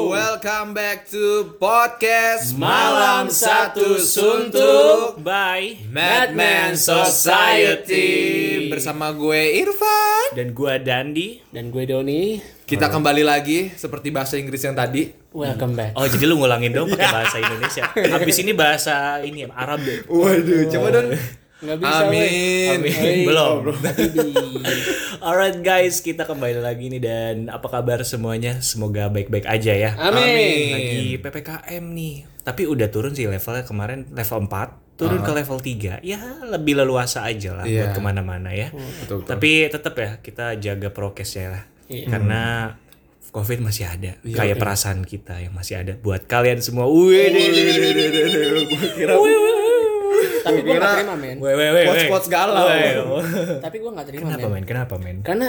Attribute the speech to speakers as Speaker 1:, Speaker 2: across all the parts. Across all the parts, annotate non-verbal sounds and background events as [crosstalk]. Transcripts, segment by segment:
Speaker 1: Welcome back to podcast
Speaker 2: Malam Satu Suntuk by
Speaker 1: Madman Society bersama gue Irfan.
Speaker 2: dan gua Dandi.
Speaker 3: Dan gue Doni,
Speaker 1: Kita kembali lagi seperti bahasa Inggris yang tadi.
Speaker 3: welcome back.
Speaker 2: Oh, jadi lu ngulangin dong pakai bahasa Indonesia. Habis ini bahasa ini ya, Arab
Speaker 3: [laughs]
Speaker 2: deh.
Speaker 1: Waduh, coba dong.
Speaker 3: Nggak bisa,
Speaker 1: Amin.
Speaker 2: Amin.
Speaker 3: Hey,
Speaker 2: Belum.
Speaker 3: weh.
Speaker 2: Alright guys, kita kembali lagi nih dan apa kabar semuanya? Semoga baik-baik aja ya.
Speaker 3: Amin.
Speaker 2: Lagi PPKM nih. Tapi udah turun sih levelnya kemarin level 4 turun
Speaker 3: Uh-huh.
Speaker 2: ke level 3 ya lebih leluasa aja lah
Speaker 1: Iya.
Speaker 2: buat kemana-mana ya
Speaker 3: Oh,
Speaker 1: betul, betul.
Speaker 2: tapi tetap ya kita jaga prokesnya lah
Speaker 3: Iya.
Speaker 2: karena
Speaker 3: Hmm.
Speaker 2: covid masih ada kayak perasaan kita yang masih ada buat kalian semua wih deh, deh, deh, deh, deh, deh. Gua kira-
Speaker 3: Tapi gue gak terima, men.
Speaker 2: Weh, weh, weh, weh.
Speaker 1: Quotes-quotes galau.
Speaker 2: Weh, oh.
Speaker 3: Tapi gue gak terima,
Speaker 2: kenapa
Speaker 3: men.
Speaker 2: men kenapa men
Speaker 3: Karena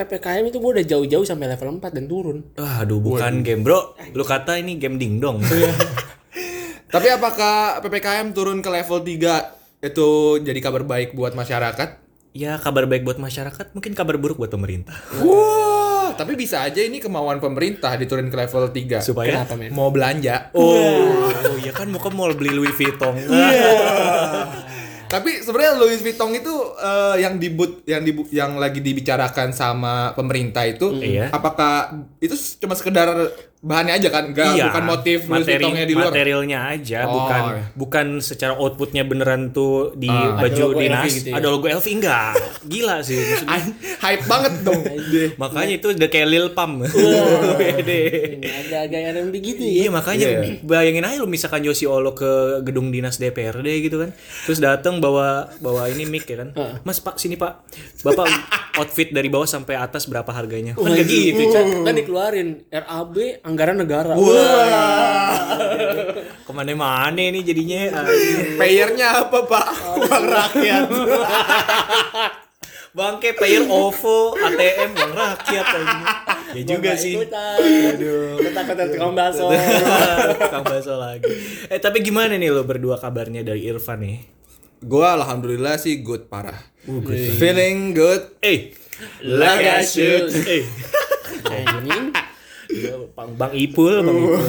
Speaker 3: PPKM itu gue udah jauh-jauh sampai level 4 dan turun.
Speaker 2: Wah, aduh bukan game bro. Lu kata ini game dingdong.
Speaker 1: Tapi apakah PPKM turun ke level 3 itu jadi kabar baik buat masyarakat?
Speaker 2: ya kabar baik buat masyarakat, mungkin kabar buruk buat pemerintah.
Speaker 1: Wah, Ah, tapi bisa aja ini kemauan pemerintah diturunin ke level 3.
Speaker 2: Supaya
Speaker 3: Kenapa, men?
Speaker 1: Mau belanja.
Speaker 2: Oh, oh iya kan mau ke mall beli Louis Vuitton.
Speaker 1: Iya. Tapi sebenarnya Louis Vuitton itu eh, yang dibut yang dibu- yang lagi dibicarakan sama pemerintah itu
Speaker 2: Iya.
Speaker 1: apakah itu s- cuma sekedar bahannya aja kan? Enggak,
Speaker 2: Iya,
Speaker 1: bukan motif Louis
Speaker 2: materi-
Speaker 1: Vuittonnya di [laughs] luar.
Speaker 2: Materialnya aja,
Speaker 1: Oh.
Speaker 2: bukan bukan secara outputnya beneran tuh di
Speaker 1: Ah,
Speaker 2: baju
Speaker 3: logo
Speaker 2: dinas
Speaker 3: LV gitu ya?
Speaker 2: ada logo LV enggak. Gila sih.
Speaker 1: [laughs]
Speaker 2: maksudnya.
Speaker 1: An- Hype banget dong. Deh.
Speaker 2: Makanya itu udah kayak Lil
Speaker 1: Iya.
Speaker 2: Pam. [laughs] Wede.
Speaker 3: Ini Hmm, Agak-agak R&B gitu
Speaker 2: Eh. Iya
Speaker 3: ya.
Speaker 2: makanya bayangin aja lu misalkan Yosi Olo ke gedung dinas DPRD gitu kan. Terus datang bawa bawa ini mic ya kan. Mas Pak sini Pak. Bapak outfit dari bawah sampai atas berapa harganya? Kan kayak gitu, Cak.
Speaker 3: Kan dikeluarin RAB anggaran negara.
Speaker 1: Eh,
Speaker 2: Kemana mana ini jadinya aduh.
Speaker 1: Payernya apa, Pak? Uang rakyat.
Speaker 2: bangke player OVO, ATM uang rakyat anjing. Ya juga sih.
Speaker 3: Aduh. Kata-kata tukang bakso.
Speaker 2: Kang Baso lagi. Eh tapi gimana nih lo berdua kabarnya dari Irfan nih?
Speaker 1: Gua alhamdulillah sih good parah.
Speaker 2: Uh,
Speaker 1: Feeling good.
Speaker 2: Eh,
Speaker 1: Like I should.
Speaker 2: Eh.
Speaker 3: Anjing.
Speaker 2: Bang, Bang Ipul, Bang Ipul.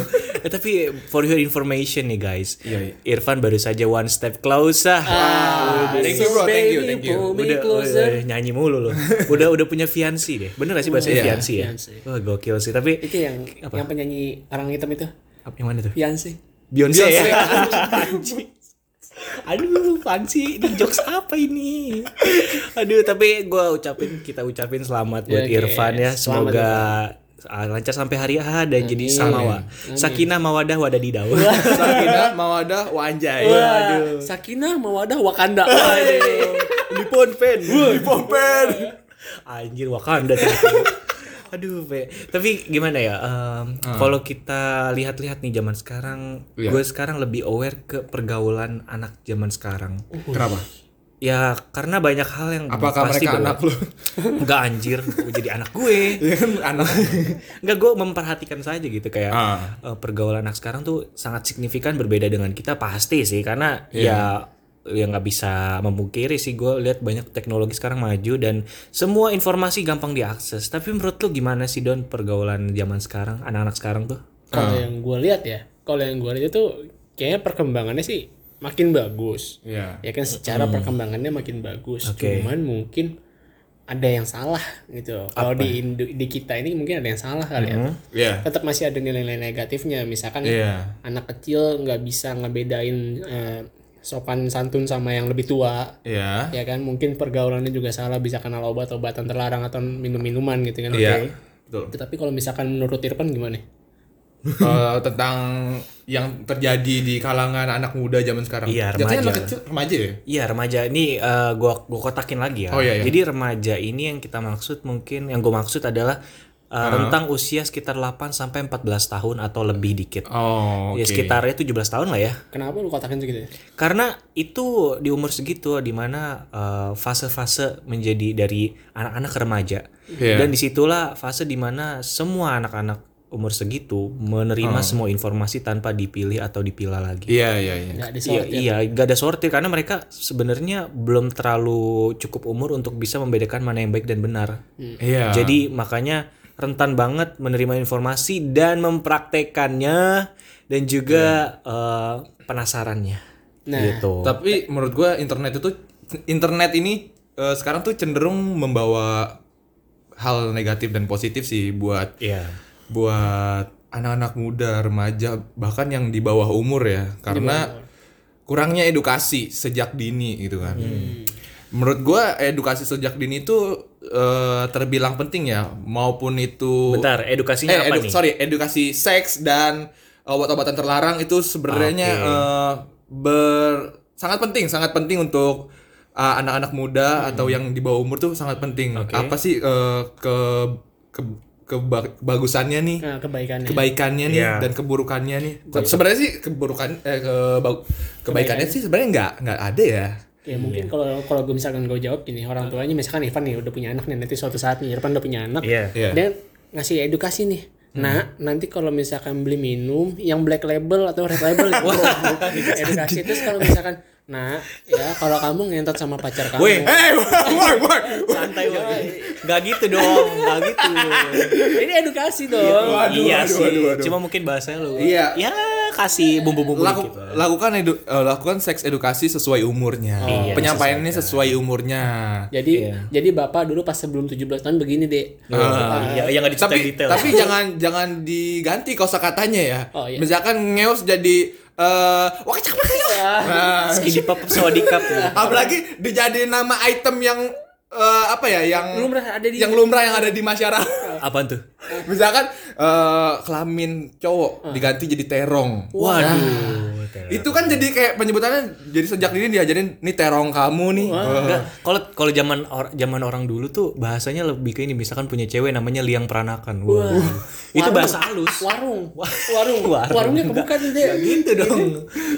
Speaker 2: Eh, tapi for your information nih guys, Irfan baru saja one step closer.
Speaker 1: Ah, Thank you, bro. Thank you,
Speaker 3: Baby,
Speaker 1: thank you.
Speaker 3: pull me
Speaker 2: udah,
Speaker 3: Ah, closer.
Speaker 2: udah nyanyi mulu loh. Udah udah punya fiansi deh. Bener gak sih bahasa
Speaker 1: Iya.
Speaker 2: fiansi ya?
Speaker 3: Fiansi.
Speaker 2: Wah gokil sih. Tapi
Speaker 3: Itu yang yang penyanyi orang hitam itu.
Speaker 2: apa yang mana tuh?
Speaker 3: Beyonce.
Speaker 2: Beyonce,
Speaker 3: Iya,
Speaker 1: Beyonce.
Speaker 2: ya. Anjing. Aduh, panci ini jokes apa ini? Aduh, tapi gua ucapin kita ucapin selamat buat
Speaker 3: Ya, oke.
Speaker 2: Irfan ya.
Speaker 3: Selamat,
Speaker 2: Semoga ah, lancar sampai hari H dan jadi samawa. Sakinah mawadah wadadidaw.
Speaker 1: Sakinah, mawadah, wanjai.
Speaker 3: Waduh. Iya, Sakinah Mawadah Wakanda. Waduh.
Speaker 2: Lipon pen. Lipon pen. Anjir
Speaker 1: [laughs]
Speaker 2: Wakanda tuh. Aduh, Pe. Tapi gimana ya? em, Kalau kita lihat-lihat nih zaman sekarang,
Speaker 1: Ah. Iya.
Speaker 2: gue sekarang lebih aware ke pergaulan anak zaman sekarang.
Speaker 1: Kenapa?
Speaker 2: Ya karena banyak hal yang
Speaker 1: Apakah mereka
Speaker 2: berla-
Speaker 1: anak lu? [laughs]
Speaker 2: Enggak anjir, gua jadi anak gue.
Speaker 1: Iya kan anak.
Speaker 2: Enggak gue memperhatikan saja gitu kayak
Speaker 1: Ah.
Speaker 2: eh, pergaulan anak sekarang tuh sangat signifikan berbeda dengan kita pasti sih karena ya ya nggak bisa memungkiri sih gue lihat banyak teknologi sekarang maju dan semua informasi gampang diakses. Tapi menurut lu gimana sih Don pergaulan zaman sekarang anak-anak sekarang tuh?
Speaker 3: Kalau yang gue lihat ya, kalau yang gue lihat itu kayaknya perkembangannya sih makin bagus.
Speaker 1: Iya.
Speaker 3: Ya kan secara perkembangannya makin bagus.
Speaker 2: Oke.
Speaker 3: Cuman mungkin ada yang salah gitu. Kalau di Indo- di kita ini mungkin ada yang salah kali ya.
Speaker 1: Iya.
Speaker 3: Tetap masih ada nilai-nilai negatifnya. Misalkan
Speaker 1: Iya.
Speaker 3: anak kecil nggak bisa ngebedain eh, sopan santun sama yang lebih tua.
Speaker 1: Iya.
Speaker 3: ya kan mungkin pergaulannya juga salah bisa kenal obat-obatan terlarang atau minum-minuman gitu kan
Speaker 1: Iya.
Speaker 3: Oke.
Speaker 1: Betul.
Speaker 3: tapi kalau misalkan menurut Irfan gimana
Speaker 1: Eh, tentang yang terjadi di kalangan anak muda zaman sekarang.
Speaker 2: Iya,
Speaker 1: Jatuhnya
Speaker 2: remaja.
Speaker 1: anak kecil, remaja ya?
Speaker 2: Iya remaja ini eh, gua gua kotakin lagi ya.
Speaker 1: Oh, iya, iya.
Speaker 2: Jadi remaja ini yang kita maksud mungkin yang gua maksud adalah eh, rentang usia sekitar 8 sampai 14 tahun atau lebih dikit.
Speaker 1: Oh,
Speaker 2: Ya sekitarnya 17 tahun lah ya.
Speaker 3: kenapa lu kotakin segitu ya?
Speaker 2: Karena itu di umur segitu dimana eh, fase-fase menjadi dari anak-anak ke remaja.
Speaker 1: Iya.
Speaker 2: Dan disitulah fase dimana semua anak-anak umur segitu menerima semua informasi tanpa dipilih atau dipilah
Speaker 1: Oh.
Speaker 2: lagi.
Speaker 1: Iya, iya, iya.
Speaker 3: nggak
Speaker 2: Iya,
Speaker 3: disorot ya
Speaker 2: iya, gak ada sortir karena mereka sebenarnya belum Hmm. terlalu cukup umur untuk bisa membedakan mana yang baik dan benar.
Speaker 1: Iya.
Speaker 2: Jadi makanya rentan banget menerima informasi dan mempraktekannya dan juga
Speaker 1: Iya.
Speaker 2: eh, penasarannya.
Speaker 3: Nah.
Speaker 2: gitu.
Speaker 1: Tapi menurut gua internet itu internet ini eh, sekarang tuh cenderung membawa hal negatif dan positif sih buat
Speaker 2: Iya.
Speaker 1: buat anak-anak muda, remaja, bahkan yang di bawah umur ya, karena kurangnya edukasi sejak dini gitu kan. Menurut gua edukasi sejak dini itu eh, terbilang penting ya, maupun itu
Speaker 2: Bentar, edukasinya
Speaker 1: eh,
Speaker 2: apa
Speaker 1: edu-
Speaker 2: nih?
Speaker 1: sorry edukasi seks dan eh, obat-obatan terlarang itu sebenarnya
Speaker 2: Ah,
Speaker 1: eh, ber sangat penting sangat penting untuk eh, anak-anak muda atau
Speaker 2: Hmm.
Speaker 1: yang di bawah umur tuh sangat penting apa sih eh, ke ke keba- kebagusannya nih
Speaker 3: Nah, kebaikannya.
Speaker 1: kebaikannya nih
Speaker 2: Iya.
Speaker 1: dan keburukannya nih Se- sebenarnya sih keburukan eh, keba- kebaikannya sih sebenarnya nggak nggak ada ya
Speaker 3: Ya mungkin kalau kalau gue misalkan gue jawab gini orang tuanya misalkan Irfan nih udah punya anak nih nanti suatu saat nih Irfan udah punya anak
Speaker 2: Iya. Hmm.
Speaker 1: Iya.
Speaker 3: dan ngasih edukasi nih. Nah, nanti kalau misalkan beli minum yang black label atau red
Speaker 2: [laughs]
Speaker 3: label ya, bro. edukasi terus kalau misalkan nah ya kalau kamu ngentot sama pacar kamu
Speaker 2: Weh,
Speaker 1: hey woi woi
Speaker 2: santai woy. Gak gitu dong, gak gitu.
Speaker 1: [laughs]
Speaker 3: ini edukasi dong.
Speaker 1: Waduh,
Speaker 2: iya
Speaker 1: waduh,
Speaker 2: sih,
Speaker 1: waduh, waduh.
Speaker 2: cuma mungkin bahasanya lu.
Speaker 1: Iya.
Speaker 2: Ya kasih bumbu-bumbu
Speaker 1: Laku-
Speaker 2: dikit.
Speaker 1: lakukan edu- eh, lakukan seks edukasi sesuai umurnya
Speaker 2: Iya,
Speaker 3: kan.
Speaker 1: penyampaiannya sesuai umurnya
Speaker 3: Jadi jadi bapak dulu pas sebelum 17 tahun begini, Dek.
Speaker 2: Ah, ya, yang nggak diceritain
Speaker 1: tapi
Speaker 2: detail.
Speaker 1: tapi [laughs] jangan jangan diganti kosakatanya ya.
Speaker 3: Oh, iya.
Speaker 1: Misalkan ngeos jadi eh wah kecak banget ya.
Speaker 3: Iya.
Speaker 1: Nah, [laughs]
Speaker 2: Skinny pop sodikap
Speaker 1: apalagi dijadiin nama item yang eh, apa ya yang
Speaker 3: Lumrah ada di-
Speaker 1: yang lumrah yang ada di masyarakat. [laughs]
Speaker 2: Apaan tuh?
Speaker 1: Misalkan eh kelamin
Speaker 3: Ah.
Speaker 1: cowok diganti jadi terong.
Speaker 2: Waduh. terong.
Speaker 3: Iya.
Speaker 1: Itu kan jadi kayak penyebutannya jadi sejak dini diajarin nih terong kamu nih. Eh,
Speaker 2: Enggak, kalau kalau zaman or- zaman orang dulu tuh bahasanya lebih ke ini misalkan punya cewek namanya liang peranakan. Wah. Itu bahasa halus.
Speaker 3: Warung.
Speaker 2: Warung. Warung.
Speaker 3: Warungnya kebuka tuh, Dek.
Speaker 2: Gitu dong.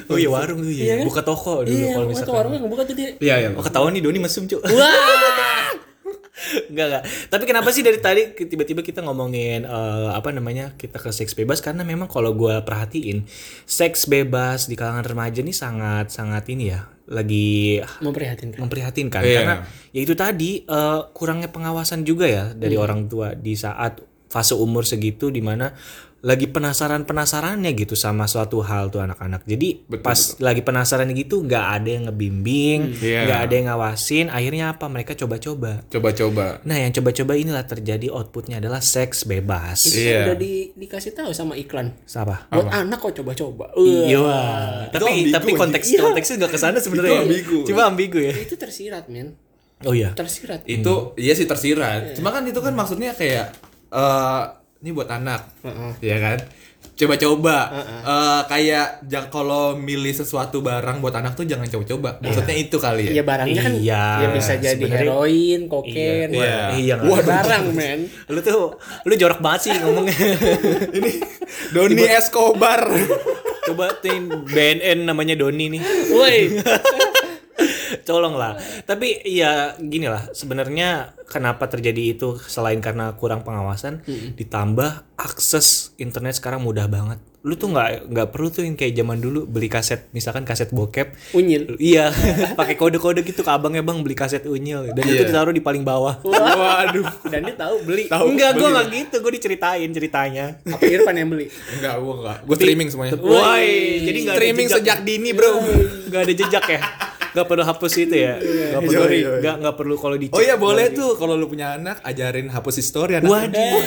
Speaker 2: Oh iya warung tuh
Speaker 3: Iya
Speaker 2: ya.
Speaker 3: kan?
Speaker 2: Buka toko dulu
Speaker 3: Iya,
Speaker 2: kalau
Speaker 3: waktu
Speaker 2: misalkan.
Speaker 3: warungnya kebuka tuh, Dek.
Speaker 1: Iya iya.
Speaker 2: Oh ketahuan nih Doni mesum, Cuk.
Speaker 3: Wah.
Speaker 2: [laughs] Enggak enggak. Tapi kenapa sih dari tadi ke- tiba-tiba kita ngomongin eh, apa namanya? Kita ke seks bebas karena memang kalau gua perhatiin seks bebas di kalangan remaja nih sangat sangat ini ya. Lagi
Speaker 3: Memprihatinkan.
Speaker 2: memprihatinkan
Speaker 1: Iya.
Speaker 2: karena ya itu tadi eh, kurangnya pengawasan juga ya dari orang tua di saat fase umur segitu dimana lagi penasaran penasarannya gitu sama suatu hal tuh anak-anak jadi
Speaker 1: Betul,
Speaker 2: pas lagi penasaran gitu nggak ada yang ngebimbing
Speaker 1: Iya.
Speaker 2: nggak ada yang ngawasin akhirnya apa mereka coba-coba
Speaker 1: Coba-coba.
Speaker 2: nah yang coba-coba inilah terjadi outputnya adalah seks bebas
Speaker 1: Iya. Oh,
Speaker 3: Udah di, dikasih tahu sama iklan.
Speaker 2: siapa
Speaker 3: Buat anak kok coba-coba.
Speaker 2: iya
Speaker 3: Wah.
Speaker 2: tapi
Speaker 1: ambigu
Speaker 2: tapi
Speaker 1: aja.
Speaker 2: konteks
Speaker 1: Iya.
Speaker 2: konteksnya nggak kesana sebenarnya ya.
Speaker 1: Itu ambigu.
Speaker 2: cuma ambigu ya
Speaker 3: Itu tersirat, men.
Speaker 2: oh iya
Speaker 3: Tersirat.
Speaker 1: itu iya sih tersirat cuma kan itu kan maksudnya kayak eh ini buat anak ya kan coba-coba Eh, kayak jangan kalau milih sesuatu barang buat anak tuh jangan coba-coba maksudnya itu kali ya
Speaker 3: Ya barangnya kan
Speaker 2: Iya,
Speaker 3: ya bisa jadi
Speaker 2: sebenarnya-
Speaker 3: heroin, kokain,
Speaker 1: Iya.
Speaker 3: wah.
Speaker 2: Iya, nggak
Speaker 1: Waduh.
Speaker 3: barang, men.
Speaker 2: lu tuh lu jorok banget sih ngomongnya
Speaker 1: ini Doni Escobar
Speaker 2: [laughs] coba tim BNN namanya Doni nih
Speaker 3: Woi,
Speaker 2: colong lah tapi ya gini lah sebenarnya kenapa terjadi itu selain karena kurang pengawasan ditambah akses internet sekarang mudah banget lu tuh nggak nggak perlu tuh yang kayak zaman dulu beli kaset misalkan kaset bokep
Speaker 3: unyil.
Speaker 2: iya [laughs] pakai kode-kode gitu ke abangnya bang beli kaset unyil dan
Speaker 1: Iya.
Speaker 2: itu ditaruh di paling bawah
Speaker 1: waduh
Speaker 3: Dan dia tahu beli.
Speaker 1: Tahu,
Speaker 2: enggak gue
Speaker 1: beli.
Speaker 2: nggak gitu gue diceritain ceritanya
Speaker 3: Apa Irfan yang beli?
Speaker 1: [laughs] enggak gua enggak gua streaming semuanya
Speaker 2: Woi, jadi nggak ada
Speaker 1: streaming
Speaker 2: jejak.
Speaker 1: sejak dini bro
Speaker 2: nggak ada jejak ya nggak perlu hapus itu ya nggak
Speaker 1: Iya,
Speaker 2: perlu
Speaker 1: iya, iya.
Speaker 2: nggak nggak perlu kalau dicek
Speaker 1: oh iya boleh tuh kalau lu punya anak ajarin hapus history anak
Speaker 2: waduh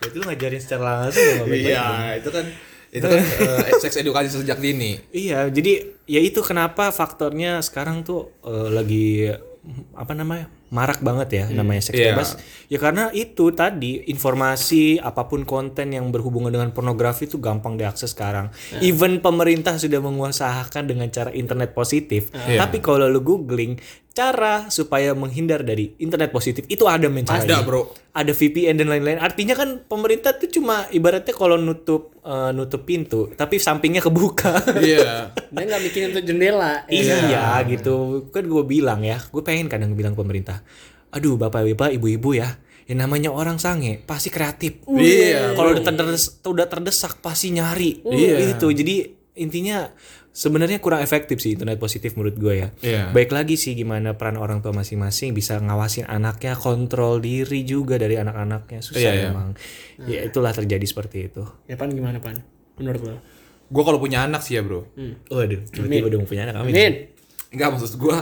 Speaker 2: jadi lu ngajarin secara langsung ya, Bapak?
Speaker 1: iya itu kan itu kan eh, seks edukasi sejak dini
Speaker 2: iya jadi ya itu kenapa faktornya sekarang tuh eh, lagi mm, apa namanya marak banget ya namanya seks
Speaker 1: Iya.
Speaker 2: bebas ya karena itu tadi informasi apapun konten yang berhubungan dengan pornografi itu gampang diakses sekarang
Speaker 1: Iya.
Speaker 2: even pemerintah sudah mengusahakan dengan cara internet positif
Speaker 1: Iya.
Speaker 2: tapi kalau lu googling cara supaya menghindar dari internet positif itu ada men caranya.
Speaker 1: Ada, bro.
Speaker 2: ada VPN dan lain-lain artinya kan pemerintah tuh cuma ibaratnya kalau nutup eh, nutup pintu tapi sampingnya kebuka [laughs]
Speaker 1: iya
Speaker 3: Dia nggak bikin untuk jendela. ya.
Speaker 2: Iya gitu. Kan gue bilang ya, gue pengen kadang bilang pemerintah, aduh bapak-bapak, ibu-ibu ya, yang namanya orang sange pasti kreatif.
Speaker 1: Iya.
Speaker 2: Kalau udah terdesak, udah terdesak pasti nyari.
Speaker 1: Iya.
Speaker 2: Itu jadi intinya sebenarnya kurang efektif sih internet positif menurut gue ya.
Speaker 1: Iya.
Speaker 2: Baik lagi sih gimana peran orang tua masing-masing bisa ngawasin anaknya, kontrol diri juga dari anak-anaknya susah
Speaker 1: Iya, iya.
Speaker 2: memang. Ya itulah terjadi seperti itu.
Speaker 3: Ya pan gimana pan? Menurut lo?
Speaker 1: Gue kalau punya anak sih ya bro.
Speaker 2: Hmm. Waduh, tiba-tiba udah mau punya anak amin.
Speaker 3: Min,
Speaker 1: Enggak maksud gue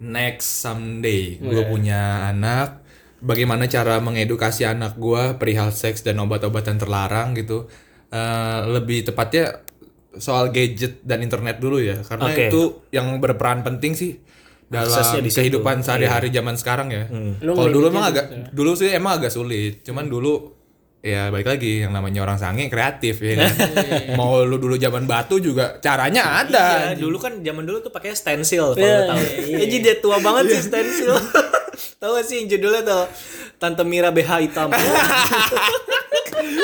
Speaker 1: next someday
Speaker 2: Oh, iya,
Speaker 1: gue punya anak. Bagaimana cara mengedukasi anak gue perihal seks dan obat-obatan terlarang gitu. Eh, lebih tepatnya soal gadget dan internet dulu ya karena
Speaker 2: Oke.
Speaker 1: itu yang berperan penting sih dalam
Speaker 2: Aksesnya di situ. Iya. Hmm.
Speaker 1: kehidupan sehari-hari zaman sekarang ya.
Speaker 3: Lu
Speaker 1: Kalau dulu emang
Speaker 3: ngelimitnya
Speaker 1: agak dulu sih emang agak sulit. Cuman dulu ya baik lagi yang namanya orang sange kreatif ya. kan? Mau lu dulu zaman batu juga caranya ada.
Speaker 2: Iya, dulu kan zaman dulu tuh pakai
Speaker 1: Iya,
Speaker 2: stensil kalau lo tahu. Ya, Jadi dia tua banget sih
Speaker 1: [laughs]
Speaker 2: stensil. tahu gak sih yang judulnya tuh Tante Mira BH
Speaker 1: [laughs]
Speaker 2: hitam.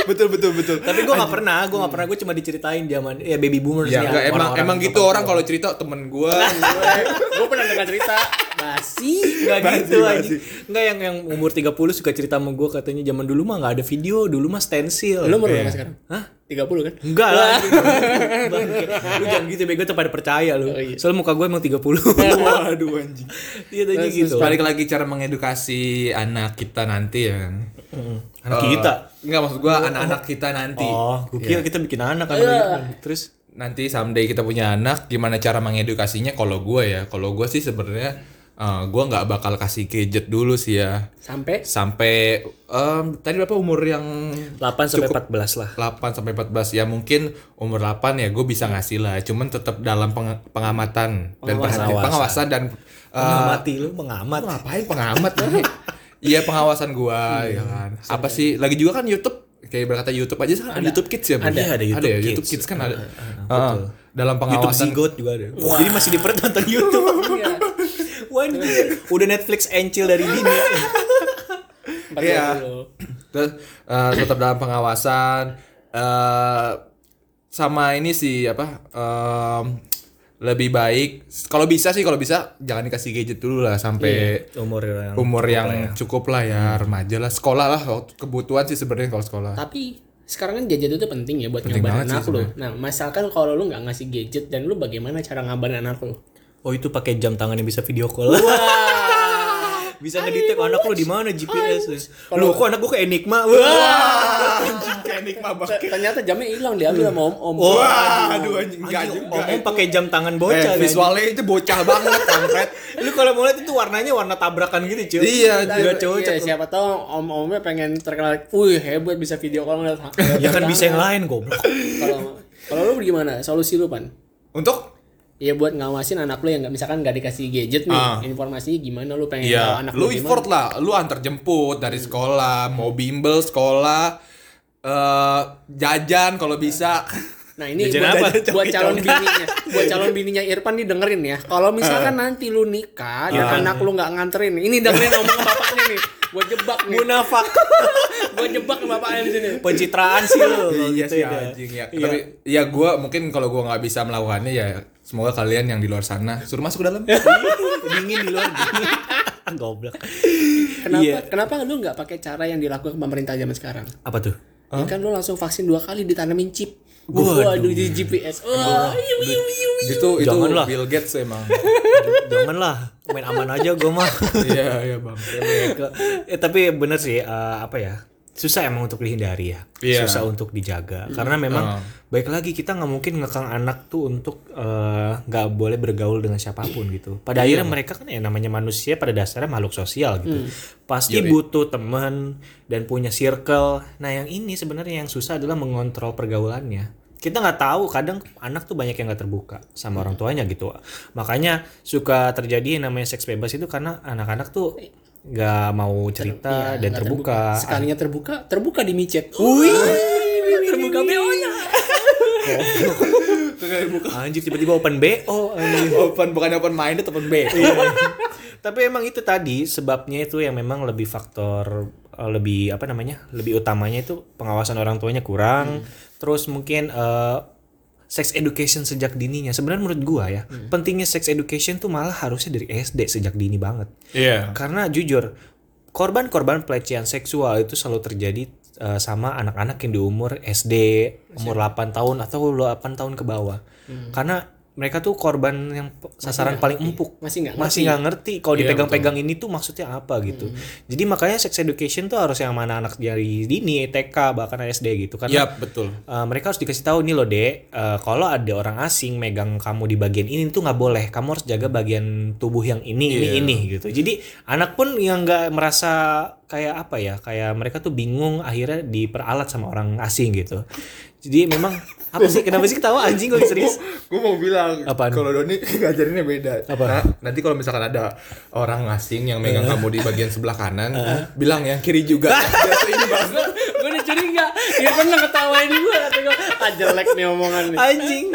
Speaker 1: betul betul betul.
Speaker 2: Tapi gue gak pernah, gue gak pernah, gue cuma diceritain zaman ya baby boomers
Speaker 1: Ya
Speaker 2: nih,
Speaker 1: enggak, emang
Speaker 2: orang-orang kan.
Speaker 1: emang gitu
Speaker 2: tempat
Speaker 1: orang kalau cerita temen gua gue
Speaker 3: gue Eh, pernah dengar cerita basi.
Speaker 2: Gak
Speaker 1: Basi,
Speaker 2: gitu
Speaker 1: basi.
Speaker 2: aja Enggak yang yang umur 30 suka cerita sama gue katanya zaman dulu mah gak ada video, dulu mah stensil.
Speaker 3: Lo umur berapa sekarang? Hah? 30 kan?
Speaker 2: Enggak lah. [laughs] Bangke. lu jangan gitu bego tuh pada percaya lu.
Speaker 1: Oh, iya.
Speaker 2: Soalnya muka gue emang
Speaker 1: [laughs]
Speaker 2: 30. Waduh anjing. Iya tadi gitu.
Speaker 1: balik lagi cara mengedukasi anak kita nanti ya. kan.
Speaker 2: Anak
Speaker 1: Eh,
Speaker 2: kita.
Speaker 1: Enggak maksud gua anak-anak kita nanti.
Speaker 2: Oh, gue kira kita bikin anak kan udah gitu. Terus
Speaker 1: nanti someday kita punya anak gimana cara mengedukasinya kalau gue ya kalau gue sih sebenarnya eh, gue nggak bakal kasih gadget dulu sih ya
Speaker 3: Sampai
Speaker 1: sampai em, tadi berapa umur yang
Speaker 2: 8 sampai 14 lah.
Speaker 1: 8 sampai 14 ya mungkin umur 8 ya gue bisa ngasih lah cuman tetap dalam peng- pengamatan dan pengawasan, pengawasan dan eh,
Speaker 2: Mengamati lu mengamat.
Speaker 1: ngapain pengamat nih? Iya pengawasan gua ya
Speaker 2: Iya,
Speaker 1: kan. Apa sih lagi juga kan YouTube kayak berkata YouTube aja kan ada YouTube Kids ya. Bro?
Speaker 2: Ada, ada YouTube
Speaker 1: ya,
Speaker 2: Kids. Ah,
Speaker 1: YouTube Kids kan ada. Heeh. dalam
Speaker 2: YouTube
Speaker 1: pengawasan
Speaker 2: Zigot juga ada. Jadi masih dipertonton [laughs] YouTube. Wah, ini udah Netflix encil dari dini.
Speaker 3: empat
Speaker 1: Iya.
Speaker 3: puluh.
Speaker 1: Terus eh, tetap dalam pengawasan eh sama ini sih apa em, lebih baik kalau bisa sih kalau bisa jangan dikasih gadget dulu lah sampai
Speaker 2: Umur yang
Speaker 1: umur yang
Speaker 2: iya.
Speaker 1: cukup lah ya remaja lah sekolah lah waktu- kebutuhan sih sebenarnya kalau sekolah
Speaker 3: Tapi sekarang kan gadget itu penting ya buat
Speaker 1: Penting
Speaker 3: ngabarin
Speaker 1: banget sih
Speaker 3: anak lu. Nah, masalahkan kalau lu nggak ngasih gadget dan lu bagaimana cara ngabarin anak lu?
Speaker 2: Oh, itu pakai jam tangan yang bisa video call. [laughs] bisa ngedetect anak lu di mana GPS. Terus, Lu kok anak gua kayak Enigma. Wah.
Speaker 3: Ternyata jamnya hilang diambil sama om-om.
Speaker 1: Wah, aduh anjing enggak
Speaker 2: Oh, Anjing,
Speaker 1: juga.
Speaker 2: Omong pakai jam
Speaker 1: Eh,
Speaker 2: tangan bocah. anjing.
Speaker 1: visualnya itu bocah banget kampret.
Speaker 2: Lu kalau mau lihat itu warnanya warna tabrakan gitu, cuy.
Speaker 1: Iya,
Speaker 2: gak cocok.
Speaker 3: Iya, siapa tahu om-omnya pengen terkenal. Wih, hebat bisa video call ngeliat.
Speaker 2: Ya kan bisa yang lain goblok.
Speaker 3: Kalau kalau lu gimana? Solusi lu, Pan?
Speaker 1: Untuk
Speaker 3: Ya buat ngawasin anak lu yang nggak misalkan nggak dikasih gadget nih,
Speaker 1: Ah.
Speaker 3: informasinya gimana lu pengen tahu
Speaker 1: Iya,
Speaker 3: anak
Speaker 1: lu
Speaker 3: lu gimana?
Speaker 1: effort lah, lu antar jemput dari sekolah, mau bimbel sekolah, eh jajan kalau bisa.
Speaker 3: Nah ini
Speaker 2: Jajan
Speaker 3: buat,
Speaker 2: apa?
Speaker 3: buat calon bininya, buat calon bininya Irfan nih dengerin ya. Kalau
Speaker 1: Ah.
Speaker 3: misalkan nanti lu nikah dan anak lu nggak nganterin, nih. ini dengerin omongan bapaknya nih. Buat jebak nih, [laughs]
Speaker 2: Munafak.
Speaker 3: buat jebak nih bapaknya di sini.
Speaker 2: Pencitraan sih [laughs] lu. kalau
Speaker 1: [laughs] Iya
Speaker 2: gitu
Speaker 1: sih
Speaker 2: ya.
Speaker 1: anjing ya. Tapi ya gua mungkin kalau gua nggak bisa melakukannya ya semoga kalian yang di luar sana suruh masuk ke dalam.
Speaker 2: dingin di luar [laughs] dingin. goblok.
Speaker 3: Kenapa?
Speaker 1: Iya.
Speaker 3: Kenapa lu nggak pakai cara yang dilakukan pemerintah zaman sekarang?
Speaker 2: Apa tuh?
Speaker 3: Ya kan lu langsung vaksin dua kali ditanamin chip. Waduh, di GPS. Wah, iya, iu, iu, iu.
Speaker 1: itu itu
Speaker 2: Janganlah.
Speaker 1: Bill Gates emang. [laughs]
Speaker 2: Jangan lah, main aman aja gue [laughs] mah.
Speaker 1: Iya, iya Bang.
Speaker 2: Eh, tapi bener sih, eh, apa ya? Susah emang untuk dihindari ya.
Speaker 1: Iya.
Speaker 2: Susah untuk dijaga. Karena memang baik lagi kita nggak mungkin ngekang anak tuh untuk eh, nggak boleh bergaul dengan siapapun gitu. Pada akhirnya mereka kan ya namanya manusia pada dasarnya makhluk sosial gitu. Pasti butuh teman dan punya circle. Nah yang ini sebenarnya yang susah adalah mengontrol pergaulannya. kita nggak tahu kadang anak tuh banyak yang nggak terbuka sama orang tuanya gitu makanya suka terjadi yang namanya seks bebas itu karena anak-anak tuh nggak mau cerita Iya, dan
Speaker 3: Nggak
Speaker 2: terbuka,
Speaker 3: Sekalinya Iya, terbuka, terbuka di micet. Wih, terbuka ya. BO-nya.
Speaker 2: anjir Ah, tiba-tiba open bo anjir.
Speaker 1: Open bukan open minded, open B.
Speaker 2: Iya. tapi emang itu tadi sebabnya itu yang memang lebih faktor eh, lebih apa namanya lebih utamanya itu pengawasan orang tuanya kurang terus mungkin eh, sex education sejak dininya sebenarnya menurut gua ya pentingnya sex education tuh malah harusnya dari SD sejak dini banget
Speaker 1: Iya.
Speaker 2: Karena jujur, korban-korban pelecehan seksual itu selalu terjadi eh, sama anak-anak yang di umur SD, umur 8 tahun atau 8 tahun ke bawah. Karena mereka tuh korban yang p- sasaran paling empuk
Speaker 3: Masih nggak
Speaker 2: masih nggak ngerti kalau dipegang-pegang ini tuh maksudnya apa gitu jadi makanya sex education tuh harus yang mana anak dari dini TK bahkan SD gitu kan
Speaker 1: Yap, betul.
Speaker 2: Uh, mereka harus dikasih tahu nih loh dek, uh, kalau ada orang asing megang kamu di bagian ini tuh nggak boleh. Kamu harus jaga bagian tubuh yang ini, ini,
Speaker 1: Iya.
Speaker 2: ini gitu. Jadi anak pun yang nggak merasa kayak apa ya, kayak mereka tuh bingung akhirnya diperalat sama orang asing gitu. Jadi memang apa sih? Kenapa sih ketawa anjing gue serius?
Speaker 1: Gue mau bilang
Speaker 2: Apaan?
Speaker 1: kalau Doni [laughs] ngajarinnya beda.
Speaker 2: Apa?
Speaker 1: Nah, nanti kalau misalkan ada orang asing yang megang kamu di bagian sebelah kanan, bilang yang kiri [laughs] juga. Biasa ini banget.
Speaker 3: gue udah curiga dia pernah ketawain gue kata gue ah jelek nih omongan nih
Speaker 2: Anjing.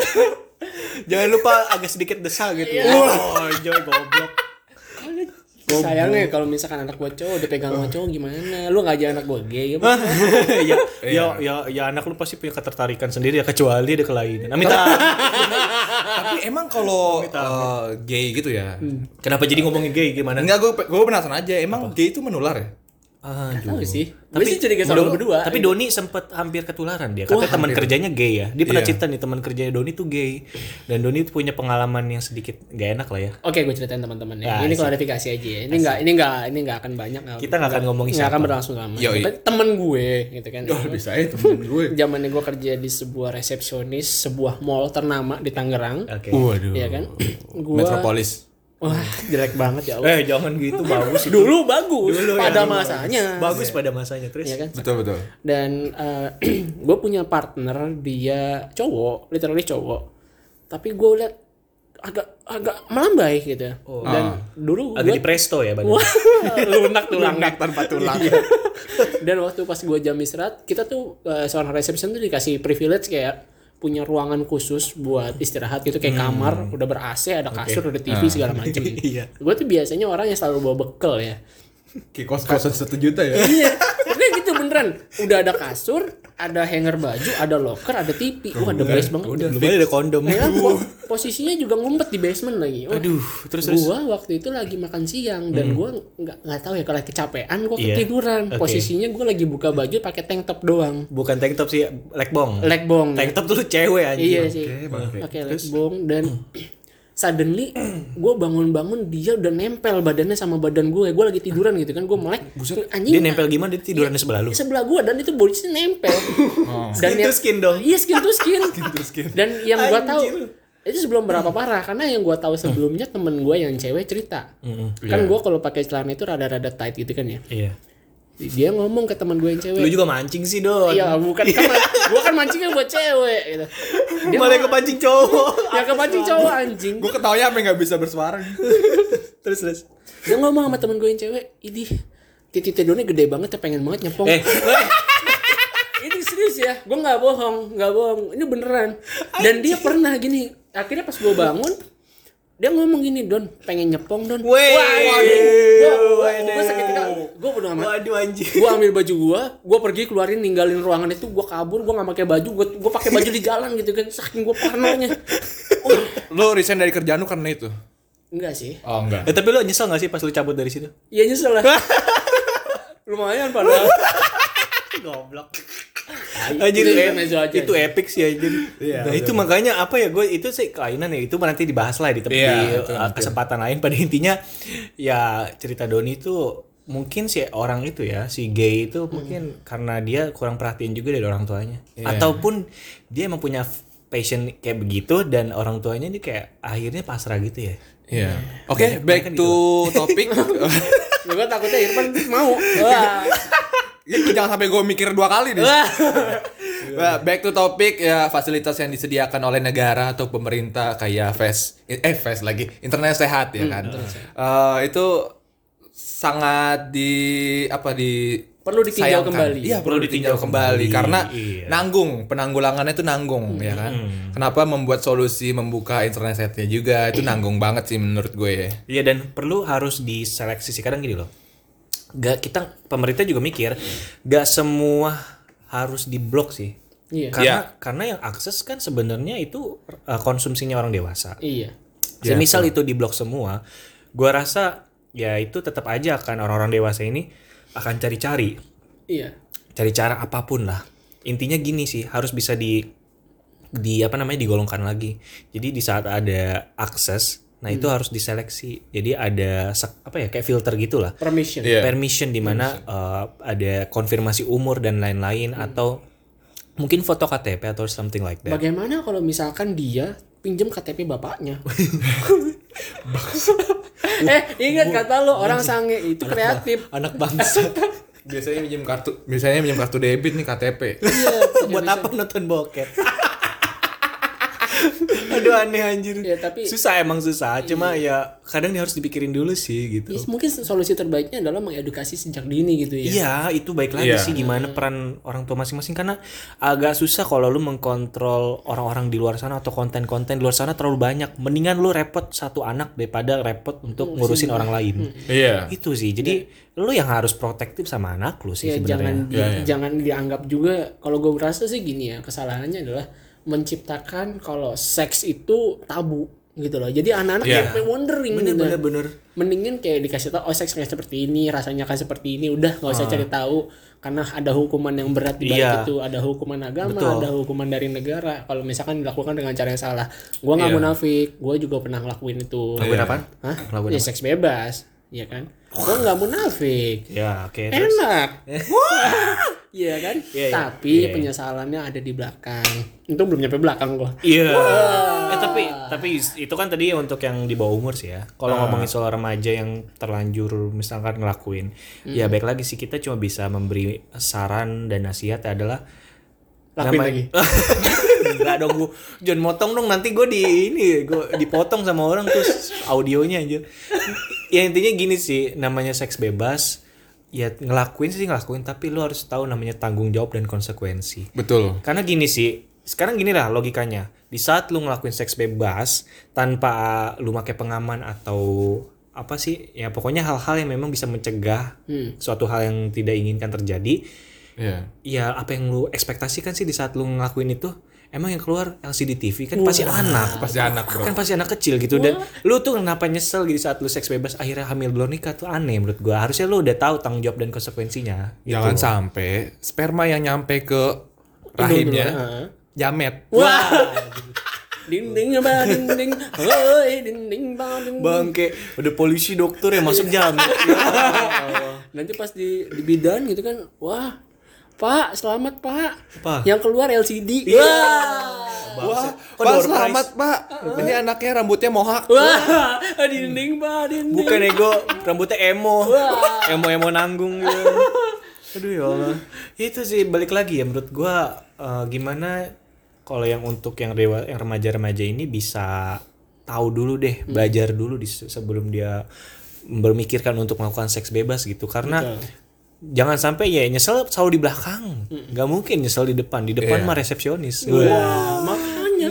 Speaker 2: Jangan lupa agak sedikit desal gitu. Oh, joy goblok. [laughs]
Speaker 3: sayangnya ya, kalau misalkan anak gue cowok dipegang sama cowok gimana lu ngajak anak gue gay gimana
Speaker 2: ya, ya, ya, ya anak lu pasti punya ketertarikan sendiri ya kecuali dia kelainan. Amit ah.
Speaker 1: Tapi emang kalau eh, gay gitu ya.
Speaker 2: Kenapa jadi ngomongin gay gimana?
Speaker 1: Enggak gue gue penasaran aja. Emang gay itu menular ya?
Speaker 2: Aduh.
Speaker 3: tahu sih Ah, tapi sih curiga sama
Speaker 2: Don-
Speaker 3: lu berdua
Speaker 2: Tapi Doni sempet hampir ketularan dia. Katanya teman kerjanya gay ya. Dia
Speaker 3: Iya.
Speaker 2: pernah cerita nih teman kerjanya Doni tuh gay. Dan Doni tuh punya pengalaman yang sedikit gak enak lah ya.
Speaker 3: Oke, gue ceritain teman-teman
Speaker 2: Ya,
Speaker 3: ya. ini klarifikasi aja ya. Ini enggak ini enggak ini enggak akan banyak.
Speaker 2: Ah, Kita nggak akan ngomongin
Speaker 3: Nggak akan
Speaker 2: siapa.
Speaker 3: berlangsung lama.
Speaker 1: Yoi.
Speaker 3: Tapi Temen gue gitu kan.
Speaker 1: Oh, bisa ya temen [laughs] gue.
Speaker 3: Zamannya gue kerja di sebuah resepsionis sebuah mall ternama di Tangerang,
Speaker 2: Oke.
Speaker 1: Waduh.
Speaker 3: ya kan? Gua
Speaker 1: Metropolis.
Speaker 3: wah, jelek banget ya Allah.
Speaker 2: Eh jangan gitu bagus. itu.
Speaker 3: Dulu [laughs] bagus
Speaker 2: Dulu ya,
Speaker 3: pada
Speaker 2: dulu
Speaker 3: masanya.
Speaker 2: Bagus pada masanya terus.
Speaker 3: Ya kan?
Speaker 1: Betul betul.
Speaker 3: Dan [clears throat] gue punya partner dia cowok, literally cowok. Tapi gue lihat agak agak melambai gitu. Dan dulu
Speaker 2: Agak
Speaker 3: gue
Speaker 2: di presto ya badan. [laughs]
Speaker 3: Wah, lunak tulang
Speaker 1: tanpa tulang.
Speaker 3: [laughs] Dan waktu pas gua jam istirahat, kita tuh eh, seorang reception tuh dikasih privilege kayak punya ruangan khusus buat istirahat gitu kayak kamar udah ber AC ada kasur ada TV segala macem.
Speaker 2: Iya.
Speaker 3: Gue tuh biasanya orang yang selalu bawa bekal ya.
Speaker 1: Kayak kos-kosan satu juta [laughs] ya.
Speaker 3: Iya, Ini gitu beneran. Udah ada kasur, ada hanger baju, ada locker, ada TV. Wah, ada best banget.
Speaker 2: Udah, belum ada kondom.
Speaker 3: Ya, po- posisinya juga ngumpet di basement lagi. Wah,
Speaker 2: Aduh, terus terus.
Speaker 3: gua waktu itu lagi makan siang dan gua nggak nggak tahu ya kalau kecapean gua
Speaker 2: Iya.
Speaker 3: ketiduran
Speaker 2: Oke.
Speaker 3: posisinya gua lagi buka baju pakai tank top doang
Speaker 2: Bukan tank top sih, legbong.
Speaker 3: leg bong
Speaker 2: Tank top tuh cewek anjing.
Speaker 3: iya sih pakai leg bong dan [clears throat] suddenly gua bangun-bangun dia udah nempel badannya sama badan gue gua lagi tiduran gitu kan gua melek anjing
Speaker 2: Dia nempel gimana? Dia tidurannya sebelah lu.
Speaker 3: sebelah gua dan itu bodinya nempel
Speaker 2: Skin to
Speaker 3: Iya. yang-
Speaker 2: skin dong.
Speaker 3: iya skin to
Speaker 2: [laughs]
Speaker 3: skin, dan yang gua tahu
Speaker 2: Anjir.
Speaker 3: itu sebelum
Speaker 2: [laughs]
Speaker 3: berapa parah karena yang gua tahu sebelumnya temen gua yang cewek cerita kan
Speaker 1: Iya.
Speaker 3: gua kalau pakai celana itu rada-rada tight gitu kan ya
Speaker 2: Iya.
Speaker 3: dia ngomong ke teman gue yang
Speaker 2: Lu
Speaker 3: cewek
Speaker 2: juga mancing sih, Don.
Speaker 3: iya bukan
Speaker 2: [laughs]
Speaker 3: kan man- gua kan mancingnya buat cewek gitu dia
Speaker 2: Malah kepancing cowok.
Speaker 3: yang kepancing cowok anjing
Speaker 1: Gue ketawanya sampe gak bisa bersuara.
Speaker 2: terus terus.
Speaker 3: dia ngomong sama temen gue yang cewek ini titik tidurnya gede banget ya pengen banget nyepong [laughs]
Speaker 2: Eh, eh,
Speaker 3: ini serius ya gue nggak bohong nggak bohong ini beneran dan dia pernah gini akhirnya pas gue bangun dia ngomong gini don pengen nyepong don
Speaker 2: Wey.
Speaker 3: gue sakit gue udah amat
Speaker 2: waduh anjing.
Speaker 3: gue ambil baju gue gue pergi keluarin ninggalin ruangan itu gue kabur gue nggak pakai baju gue gue pakai baju di jalan gitu kan saking gue parnonya uh,
Speaker 1: Lo resign dari kerjaan lu karena itu?
Speaker 3: enggak sih
Speaker 1: Oh enggak.
Speaker 2: Eh, tapi lu nyesel gak sih pas lu cabut dari situ?
Speaker 3: ya nyesel lah lumayan padahal
Speaker 2: Goblok.
Speaker 3: Anjir,
Speaker 2: Anjir,
Speaker 3: itu
Speaker 2: eh,
Speaker 3: intermezzo aja.
Speaker 2: itu epic sih anjir.
Speaker 1: Iya,
Speaker 2: nah, itu makanya apa ya gue itu sih kelainan ya itu nanti dibahas lah di tepi
Speaker 1: Iya,
Speaker 2: di,
Speaker 1: itu
Speaker 2: uh,
Speaker 1: nanti.
Speaker 2: kesempatan lain pada intinya ya cerita Doni itu mungkin si orang itu ya si gay itu
Speaker 1: Hmm.
Speaker 2: mungkin karena dia kurang perhatian juga dari orang tuanya
Speaker 1: Iya.
Speaker 2: ataupun dia emang punya f- passion kayak begitu dan orang tuanya dia kayak akhirnya pasrah gitu ya.
Speaker 1: Iya. gitu. Oke, back to [laughs] topik.
Speaker 3: gue takutnya Irfan mau Wah.
Speaker 1: Ini Jangan sampai gue mikir dua kali nih.
Speaker 3: Wah.
Speaker 1: Nah, back to topik ya fasilitas yang disediakan oleh negara atau pemerintah kayak fes eh fes lagi internet sehat ya kan. Eh, itu sangat di apa di
Speaker 3: Perlu
Speaker 1: sayangkan.
Speaker 3: ditinjau kembali.
Speaker 1: Iya, perlu ditinjau kembali, Iya. karena nanggung penanggulangannya itu nanggung ya kan. Kenapa membuat solusi membuka internet setnya juga itu nanggung banget sih menurut gue. ya.
Speaker 2: Iya dan perlu harus diseleksi sih kadang gini loh. Gak kita pemerintah juga mikir gak semua harus diblok sih.
Speaker 3: Iya.
Speaker 2: Karena karena yang akses kan sebenarnya itu uh, konsumsinya orang dewasa.
Speaker 3: iya
Speaker 2: Semisal itu diblok semua, gua rasa ya itu tetap aja akan orang-orang dewasa ini akan cari-cari,
Speaker 3: iya
Speaker 2: cari cara apapun lah. Intinya gini sih, harus bisa di di apa namanya digolongkan lagi. Jadi di saat ada akses, nah itu harus diseleksi. Jadi ada sek- apa ya kayak filter gitulah.
Speaker 3: permission
Speaker 1: Iya.
Speaker 2: Permission Hmm. di mana eh, ada konfirmasi umur dan lain-lain atau mungkin foto KTP atau something like that.
Speaker 3: bagaimana kalau misalkan dia pinjem
Speaker 2: [laughs]
Speaker 3: KTP bapaknya [laughs] eh ingat kata lo orang sange itu kreatif
Speaker 2: Anak bangsa
Speaker 1: biasanya minjem kartu biasanya minjem kartu debit nih KTP
Speaker 2: [laughs] buat apa nonton bokep? [laughs] Aduh aneh anjir.
Speaker 3: ya tapi
Speaker 2: susah emang susah cuma ya kadang dia harus dipikirin dulu sih gitu
Speaker 3: ya, mungkin solusi terbaiknya adalah mengedukasi sejak dini gitu ya
Speaker 2: iya itu baik lagi
Speaker 1: Iya.
Speaker 2: sih gimana peran orang tua masing-masing karena agak susah kalau lu mengkontrol orang-orang di luar sana atau konten-konten di luar sana terlalu banyak mendingan lu repot satu anak daripada repot untuk ngurusin Hmm. Iya. orang lain
Speaker 1: iya
Speaker 2: itu sih jadi lu yang harus protektif sama anak lu sih
Speaker 3: ya
Speaker 2: sebenarnya Iya,
Speaker 3: jangan di-
Speaker 1: Ya, ya.
Speaker 3: jangan dianggap juga kalau gue berasa sih gini ya kesalahannya adalah menciptakan kalau seks itu tabu gitu loh jadi anak-anak
Speaker 1: Ya.
Speaker 2: Iya.
Speaker 3: kayak wondering gitu.
Speaker 2: bener-bener
Speaker 3: mendingin kayak dikasih tau oh seks kayak seperti ini rasanya kan seperti ini udah nggak usah cari tahu karena ada hukuman yang berat di balik
Speaker 2: Ah. Iya.
Speaker 3: itu ada hukuman agama
Speaker 2: Betul.
Speaker 3: ada hukuman dari negara kalau misalkan dilakukan dengan cara yang salah gue nggak
Speaker 1: Iya.
Speaker 3: munafik gue juga pernah ngelakuin itu
Speaker 2: lakuin
Speaker 1: Iya.
Speaker 2: apa
Speaker 3: Hah?
Speaker 2: Ngelakuin
Speaker 3: ya seks bebas ya kan gue nggak munafik
Speaker 2: ya oke terus.
Speaker 3: enak iya kan
Speaker 2: Eh. Iya, iya.
Speaker 3: tapi
Speaker 2: Iya, iya.
Speaker 3: penyesalannya ada di belakang itu belum nyampe belakang gua
Speaker 2: Iya. Eh tapi tapi itu kan tadi untuk yang di bawah umur sih ya. Kalau ngomongin soal remaja yang terlanjur misalkan ngelakuin, ya baik lagi sih kita cuma bisa memberi saran dan nasihat adalah
Speaker 3: Lakuin
Speaker 2: Nama-
Speaker 3: lagi.
Speaker 2: [laughs] Enggak dong gua John motong dong nanti gue di ini gue dipotong sama orang terus audionya aja. ya intinya gini sih namanya seks bebas ya ngelakuin sih ngelakuin tapi lu harus tahu namanya tanggung jawab dan konsekuensi.
Speaker 1: betul
Speaker 2: Karena gini sih, sekarang gini lah logikanya. Di saat lu ngelakuin seks bebas tanpa lu pakai pengaman atau apa sih? Ya pokoknya hal-hal yang memang bisa mencegah suatu hal yang tidak inginkan terjadi.
Speaker 1: iya
Speaker 2: Ya apa yang lu ekspektasikan sih di saat lu ngelakuin itu? Emang yang keluar LCD TV kan pasti anak,
Speaker 1: pasti anak bro
Speaker 2: kan pasti anak kecil gitu dan lu tuh kenapa nyesel gitu saat lu seks bebas akhirnya hamil belum nikah tuh aneh menurut gua. Harusnya lu udah tahu tanggung jawab dan konsekuensinya. gitu.
Speaker 1: jangan sampai sperma yang nyampe ke rahimnya
Speaker 3: Heeh.
Speaker 1: jamet
Speaker 3: wah ding ding ba ding ding hoi ding ding ba ding
Speaker 2: Bangke, udah polisi dokter yang masuk jam.
Speaker 3: nanti pas di di bidan gitu kan wah pak selamat pak
Speaker 2: Pak.
Speaker 3: yang keluar LCD
Speaker 1: Wah,
Speaker 2: Kok
Speaker 1: Pak
Speaker 2: door
Speaker 1: selamat Pak. Ini anaknya rambutnya mohak.
Speaker 3: wah wah ding ding ba ding ding
Speaker 2: Bukan ego, rambutnya emo. Emo-emo nanggung gitu. [laughs] Aduh ya Allah. Itu sih balik lagi ya menurut gua eh, gimana kalau yang untuk yang rewa, yang remaja-remaja ini bisa tahu dulu deh, belajar dulu di se- sebelum dia bermikirkan untuk melakukan seks bebas gitu karena Jangan sampai ya nyesel selalu di belakang. nggak mungkin nyesel di depan. Di depan mah resepsionis. Wah.
Speaker 3: Wah, makanya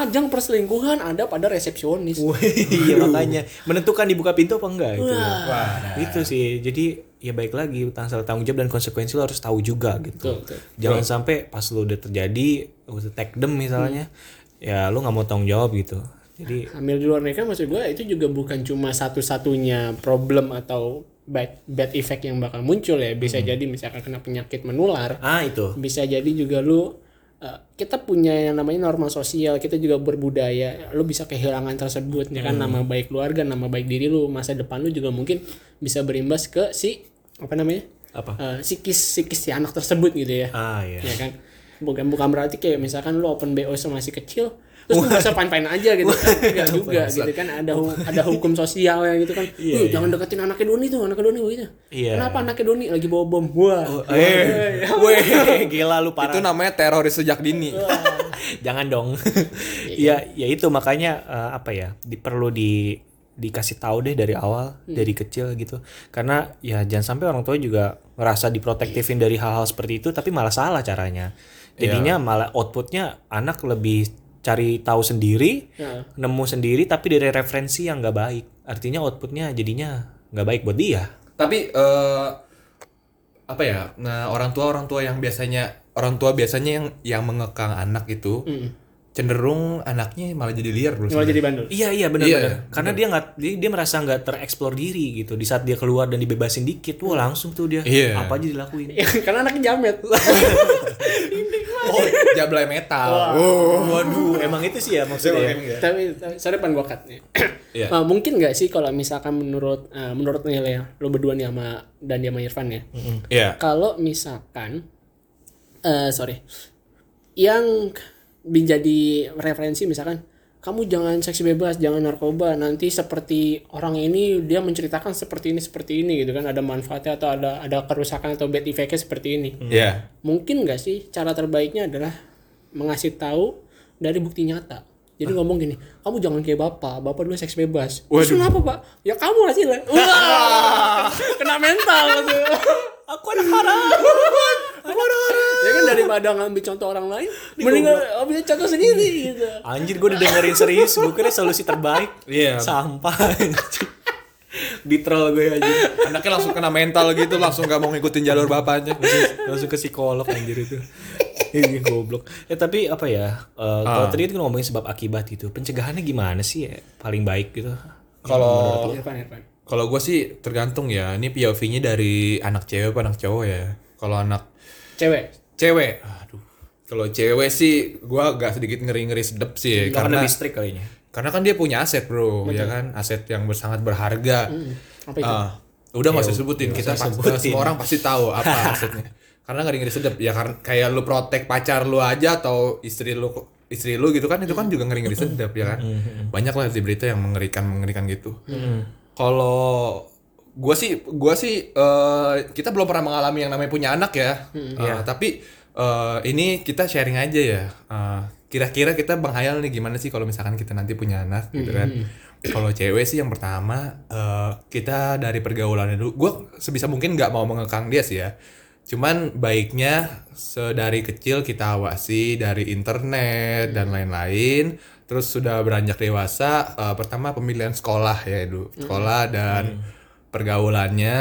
Speaker 3: ajang perselingkuhan ada pada resepsionis
Speaker 2: Wih, iya makanya menentukan dibuka pintu apa enggak itu. Itu sih. Jadi ya baik lagi tanggung tanggung jawab dan konsekuensi lo harus tahu juga gitu.
Speaker 3: Betul, betul.
Speaker 2: Jangan sampai pas lo udah terjadi udah take them misalnya ya lo nggak mau tanggung jawab gitu. Jadi
Speaker 3: hamil di luar nikah maksud gue itu juga bukan cuma satu-satunya problem atau bad bad effect yang bakal muncul ya bisa jadi misalkan kena penyakit menular
Speaker 2: ah itu.
Speaker 3: bisa jadi juga lu eh, kita punya yang namanya norma sosial kita juga berbudaya lu bisa kehilangan tersebut ya kan
Speaker 2: Hmm.
Speaker 3: nama baik keluarga nama baik diri lu masa depan lu juga mungkin bisa berimbas ke si apa namanya
Speaker 2: Apa?
Speaker 3: Eh, psikis psikis si anak tersebut gitu ya
Speaker 2: Ah ya.
Speaker 3: ya kan bukan bukan berarti kayak misalkan lu open BO sama si kecil terus lu bisa pain-pain aja gitu kan enggak juga gitu kan ada hu- ada hukum sosial yang gitu kan "Lu jangan deketin anaknya Doni tuh anaknya Doni gitu
Speaker 2: Iya.
Speaker 3: kenapa anaknya Doni lagi bawa bom wah
Speaker 2: Eh, [laughs] weh, gila lu parah.
Speaker 1: Itu namanya teroris sejak dini.
Speaker 2: [laughs] Jangan dong. ya, ya itu makanya eh, apa ya? Di, perlu di dikasih tahu deh dari awal, dari kecil gitu. Karena ya jangan sampai orang tua juga ngerasa diprotektifin dari hal-hal seperti itu, tapi malah salah caranya. Jadinya malah outputnya anak lebih cari tahu sendiri,
Speaker 3: Ya.
Speaker 2: nemu sendiri, tapi dari referensi yang nggak baik. Artinya outputnya jadinya nggak baik buat dia.
Speaker 1: Tapi eh apa ya? Nah, orang tua orang tua yang biasanya orang tua biasanya yang yang mengekang anak itu cenderung anaknya malah jadi liar bro.
Speaker 3: Malah jadi bandel.
Speaker 2: Iya iya benar
Speaker 1: Iya,
Speaker 2: benar.
Speaker 1: iya,
Speaker 2: Karena dia nggak dia, dia merasa nggak tereksplor diri gitu. Di saat dia keluar dan dibebasin dikit, wah langsung tuh dia
Speaker 1: Iya.
Speaker 2: apa aja dilakuin.
Speaker 3: Ya, [laughs] karena anaknya jamet.
Speaker 1: Oh, jablay metal.
Speaker 2: Waduh, emang itu sih ya maksudnya.
Speaker 1: Iya.
Speaker 3: [laughs] tapi, tapi sorry pan gua cut nih. [clears throat]
Speaker 1: Iya.
Speaker 3: Nah, mungkin nggak sih kalau misalkan menurut eh, menurut nilai ya, lo berdua nih sama dan dia sama Irfan ya.
Speaker 1: Iya.
Speaker 3: Kalau misalkan eh sorry. Yang menjadi referensi misalkan kamu jangan seks bebas, jangan narkoba. Nanti seperti orang ini dia menceritakan seperti ini seperti ini gitu kan ada manfaatnya atau ada ada kerusakan atau bad effect-nya seperti ini.
Speaker 1: Iya.
Speaker 3: Mungkin nggak sih cara terbaiknya adalah mengasih tahu dari bukti nyata.
Speaker 2: Ah.
Speaker 3: Jadi ngomong gini, kamu jangan kayak bapak, bapak dulu seks bebas. Terus kenapa pak? Ya kamu lah
Speaker 2: [laughs]
Speaker 3: sih lah. Wah, kena mental tuh.
Speaker 2: Aku anak haram.
Speaker 3: ya kan daripada ngambil contoh orang lain mendingan ambil contoh
Speaker 2: [laughs]
Speaker 3: sendiri gitu
Speaker 2: Anjir gue didengerin serius, gue kira solusi terbaik.
Speaker 1: Iya.
Speaker 2: Sampah. [laughs] anjir. Di troll ya, gue aja.
Speaker 1: Anaknya langsung kena mental gitu, langsung gak mau ngikutin jalur bapaknya.
Speaker 2: Langsung ke psikolog anjir itu. Ini goblok. Eh tapi apa ya? eh, Kalau
Speaker 1: Ah.
Speaker 2: tadi itu ngomongin sebab akibat gitu. Pencegahannya gimana sih ya? Paling baik gitu.
Speaker 1: Kalau
Speaker 3: Irfan Irfan
Speaker 1: Kalau gue sih tergantung ya. Ini POV-nya dari anak cewek apa anak cowok ya. Kalau anak
Speaker 3: cewek
Speaker 1: cewek, aduh. Kalau cewek sih gue agak sedikit ngeri-ngeri sedep sih ya.
Speaker 2: Karena,
Speaker 1: karena
Speaker 2: listrik kalinya.
Speaker 1: karena kan dia punya aset, Bro, ya kan? Aset yang ber- sangat berharga.
Speaker 3: apa itu
Speaker 1: Ah, udah nggak usah sebutin, kita pas- semua orang pasti [laughs] tahu apa asetnya. Karena ngeri-ngeri sedep ya karena kayak lu protek pacar lu aja atau istri lu istri lu gitu kan itu kan juga ngeri-ngeri sedep ya kan. Banyak lah berita yang mengerikan-mengerikan gitu. Kalau gua sih gua sih eh, kita belum pernah mengalami yang namanya punya anak ya. Eh, tapi eh, ini kita sharing aja ya. Eh, kira-kira kita menghayal nih gimana sih kalau misalkan kita nanti punya anak gitu kan. Kalau cewek sih yang pertama eh, kita dari pergaulannya dulu. Gua sebisa mungkin nggak mau mengekang dia sih ya. Cuman baiknya sedari kecil kita awasi dari internet dan lain-lain. Terus sudah beranjak dewasa, eh, pertama pemilihan sekolah ya dulu, sekolah dan pergaulannya.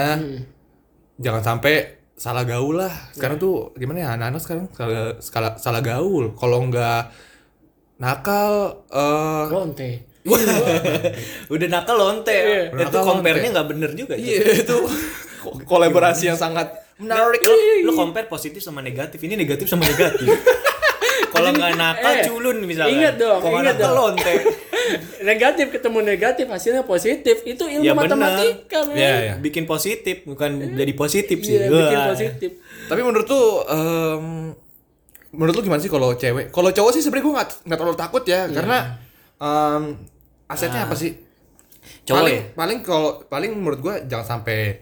Speaker 1: Jangan sampai salah gaul lah. Sekarang tuh gimana ya anak-anak sekarang salah, salah, salah gaul. Kalau nggak nakal, eh,
Speaker 3: lonte
Speaker 2: Udah nakal lonte.
Speaker 3: Iya.
Speaker 1: Udah
Speaker 2: Itu
Speaker 1: nakal
Speaker 2: compare-nya
Speaker 1: lonte.
Speaker 2: nggak bener juga. itu.
Speaker 1: iya itu ko- [laughs] kolaborasi yang sangat menarik.
Speaker 2: Lu, lu compare positif sama negatif. Ini negatif sama negatif.
Speaker 3: [laughs]
Speaker 2: Kalau nggak nakal
Speaker 3: Eh,
Speaker 2: culun misalnya.
Speaker 3: ingat dong,
Speaker 2: Kalau
Speaker 3: ingat
Speaker 2: nakal
Speaker 3: dong. [laughs]
Speaker 2: lonte.
Speaker 3: [laughs] negatif ketemu negatif hasilnya positif itu ilmu
Speaker 2: Ya, benar.
Speaker 3: matematika men.
Speaker 1: Iya, iya.
Speaker 2: Bikin positif bukan jadi positif sih.
Speaker 3: Iya, bikin
Speaker 2: Wah.
Speaker 3: positif
Speaker 1: Tapi menurut lu em, menurut lu gimana sih kalau cewek? Kalau cowok sih sebenarnya gue nggak nggak terlalu takut ya, karena em, asetnya apa sih?
Speaker 2: Cowok
Speaker 1: paling
Speaker 2: ya?
Speaker 1: paling kalau paling menurut gua jangan sampai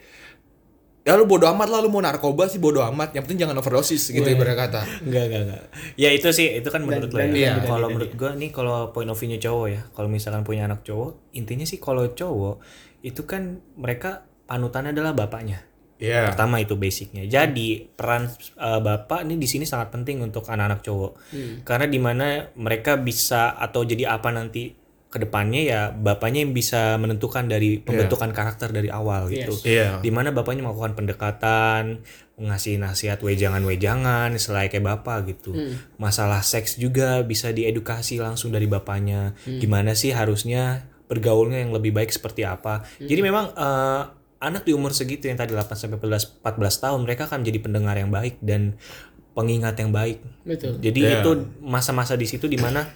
Speaker 1: ya lu bodo amat lah lu mau narkoba sih bodo amat yang penting jangan overdosis gitu ibarat kata
Speaker 2: Enggak, enggak, enggak. Ya itu sih, itu kan menurut lo ya.
Speaker 1: iya.
Speaker 2: Kalau menurut gua nih kalau point of view-nya cowok ya, kalau misalkan punya anak cowok, intinya sih kalau cowok itu kan mereka panutannya adalah bapaknya.
Speaker 1: iya
Speaker 2: Pertama itu basicnya. Jadi peran eh, bapak ini di sini sangat penting untuk anak-anak cowok. Karena di mana mereka bisa atau jadi apa nanti ke depannya ya bapaknya yang bisa menentukan dari pembentukan karakter dari awal gitu.
Speaker 3: Yes.
Speaker 1: iya
Speaker 2: Di mana bapaknya melakukan pendekatan, ngasih nasihat wejangan-wejangan selain kayak bapak gitu. Masalah seks juga bisa diedukasi langsung dari bapaknya. Gimana sih harusnya bergaulnya yang lebih baik seperti apa. Jadi memang eh, anak di umur segitu yang tadi 8 sampai 14 14 tahun mereka akan menjadi pendengar yang baik dan pengingat yang baik.
Speaker 3: betul
Speaker 2: Jadi
Speaker 1: Iya.
Speaker 2: itu masa-masa di situ di mana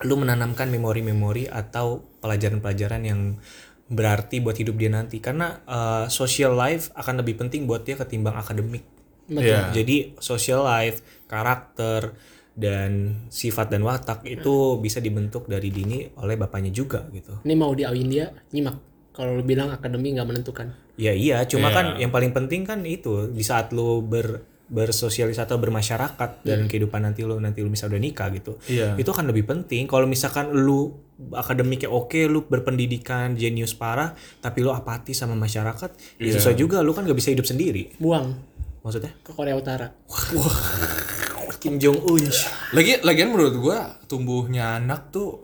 Speaker 2: lu menanamkan memori-memori atau pelajaran-pelajaran yang berarti buat hidup dia nanti karena uh, social life akan lebih penting buat dia ketimbang akademik.
Speaker 3: betul
Speaker 1: Iya.
Speaker 2: Jadi social life, karakter dan sifat dan watak itu bisa dibentuk dari dini oleh bapaknya juga gitu.
Speaker 3: ini mau diawin dia nyimak kalau lu bilang akademi nggak menentukan
Speaker 2: Ya iya, cuma
Speaker 1: Iya.
Speaker 2: kan yang paling penting kan itu di saat lu ber bersosialisasi atau bermasyarakat dan kehidupan nanti lu nanti lu bisa udah nikah gitu.
Speaker 1: Iya.
Speaker 2: Itu akan lebih penting kalau misalkan lu akademiknya oke, lu berpendidikan jenius parah tapi lu apatis sama masyarakat,
Speaker 1: Iya.
Speaker 2: ya susah juga lu kan gak bisa hidup sendiri.
Speaker 3: buang
Speaker 2: Maksudnya?
Speaker 3: ke Korea Utara
Speaker 2: Kim Jong Un.
Speaker 1: lagi lagian menurut gua tumbuhnya anak tuh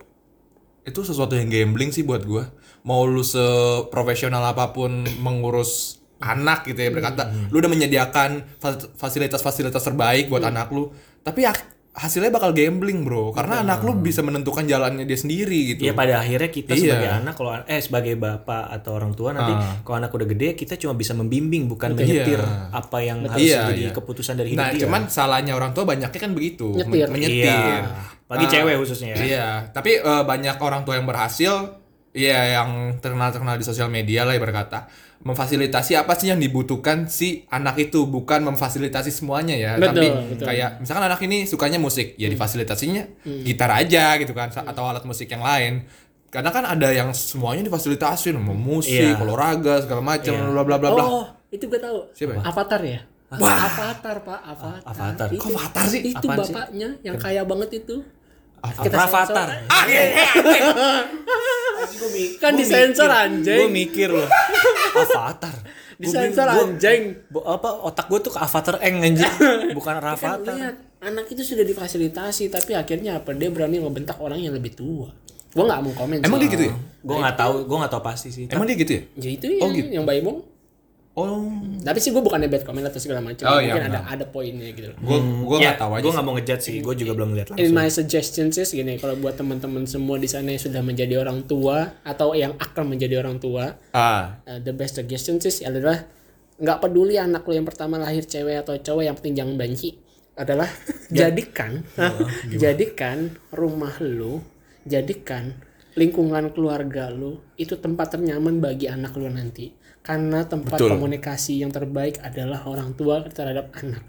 Speaker 1: itu sesuatu yang gambling sih buat gua mau lu seprofesional apapun mengurus anak
Speaker 2: Hmm. Hmm.
Speaker 1: gitu ya berkata lu udah menyediakan fa- fasilitas-fasilitas terbaik buat anak lu tapi ak- hasilnya bakal gambling bro karena anak lu bisa menentukan jalannya dia sendiri gitu
Speaker 2: Ya pada akhirnya
Speaker 1: Iya.
Speaker 2: kita
Speaker 1: Ah.
Speaker 2: sebagai anak kalau eh sebagai bapak atau orang tua nanti kalau anak udah gede kita cuma bisa membimbing bukan menyetir
Speaker 1: Iya.
Speaker 2: apa yang harus
Speaker 1: Iya,
Speaker 2: jadi
Speaker 1: iya.
Speaker 2: keputusan dari hidup
Speaker 1: nah
Speaker 2: dia.
Speaker 1: cuman salahnya orang tua banyaknya kan begitu men-
Speaker 3: Nyetir.
Speaker 1: menyetir
Speaker 2: iya. Bagi
Speaker 1: Ah,
Speaker 2: cewek khususnya ya.
Speaker 1: iya tapi eh, banyak orang tua yang berhasil Iya yang terkenal-terkenal di sosial media lah berkata memfasilitasi apa sih yang dibutuhkan si anak itu bukan memfasilitasi semuanya ya
Speaker 3: Betul,
Speaker 1: tapi
Speaker 3: betul.
Speaker 1: kayak misalkan anak ini sukanya musik ya difasilitasinya gitar aja gitu kan sa- atau alat musik yang lain karena kan ada yang semuanya difasilitasi mau musik
Speaker 2: Iya.
Speaker 1: olahraga segala macam bla bla bla bla
Speaker 3: Oh, itu gue tahu.
Speaker 1: Siapa ya?
Speaker 3: Avatar ya? Wah, Avatar Pak, Avatar.
Speaker 2: Avatar.
Speaker 3: Itu,
Speaker 1: Kok Avatar sih?
Speaker 3: Itu
Speaker 2: Apaan sih?
Speaker 3: bapaknya yang kaya banget itu.
Speaker 2: Kita Avatar.
Speaker 3: sensor. Kan disensor
Speaker 2: Gue
Speaker 3: anjing.
Speaker 2: mikir loh. Avatar. Gua
Speaker 3: Disensor
Speaker 2: bilang, gua-
Speaker 3: anjing.
Speaker 2: Bo- apa otak gue tuh ke avatar eng anjing [laughs] bukan
Speaker 3: Kan
Speaker 2: avatar
Speaker 3: lihat anak itu sudah difasilitasi tapi akhirnya apa dia berani ngebentak orang yang lebih tua. Gua nggak mau komen.
Speaker 1: Emang dia
Speaker 3: soal-
Speaker 1: gitu ya?
Speaker 2: gue nggak tahu gue nggak tahu pasti sih
Speaker 1: Emang dia gitu ya?
Speaker 3: Ya itu yang, yang Baimong.
Speaker 1: Oh,
Speaker 3: Tapi sih gue bukannya bad comment atau segala macam.
Speaker 1: Oh, iya,
Speaker 3: Mungkin ada
Speaker 1: benar.
Speaker 3: ada poinnya gitu loh.
Speaker 1: gua gua nggak tahu aja.
Speaker 2: gue Iya, nggak mau ngejat sih gue juga belum lihat
Speaker 3: In
Speaker 2: langsung
Speaker 3: my suggestion sih gini, kalau buat teman-teman semua di sana yang sudah menjadi orang tua atau yang akan menjadi orang tua,
Speaker 1: Ah,
Speaker 3: uh, the best suggestion sih adalah nggak peduli anak lo yang pertama lahir cewek atau cowok yang penting jangan banci
Speaker 1: [laughs]
Speaker 3: adalah
Speaker 1: Ya.
Speaker 3: jadikan
Speaker 1: Oh,
Speaker 3: jadikan rumah lo jadikan lingkungan keluarga lo itu tempat ternyaman bagi anak lo nanti karena tempat
Speaker 1: Betul.
Speaker 3: komunikasi yang terbaik adalah orang tua terhadap anak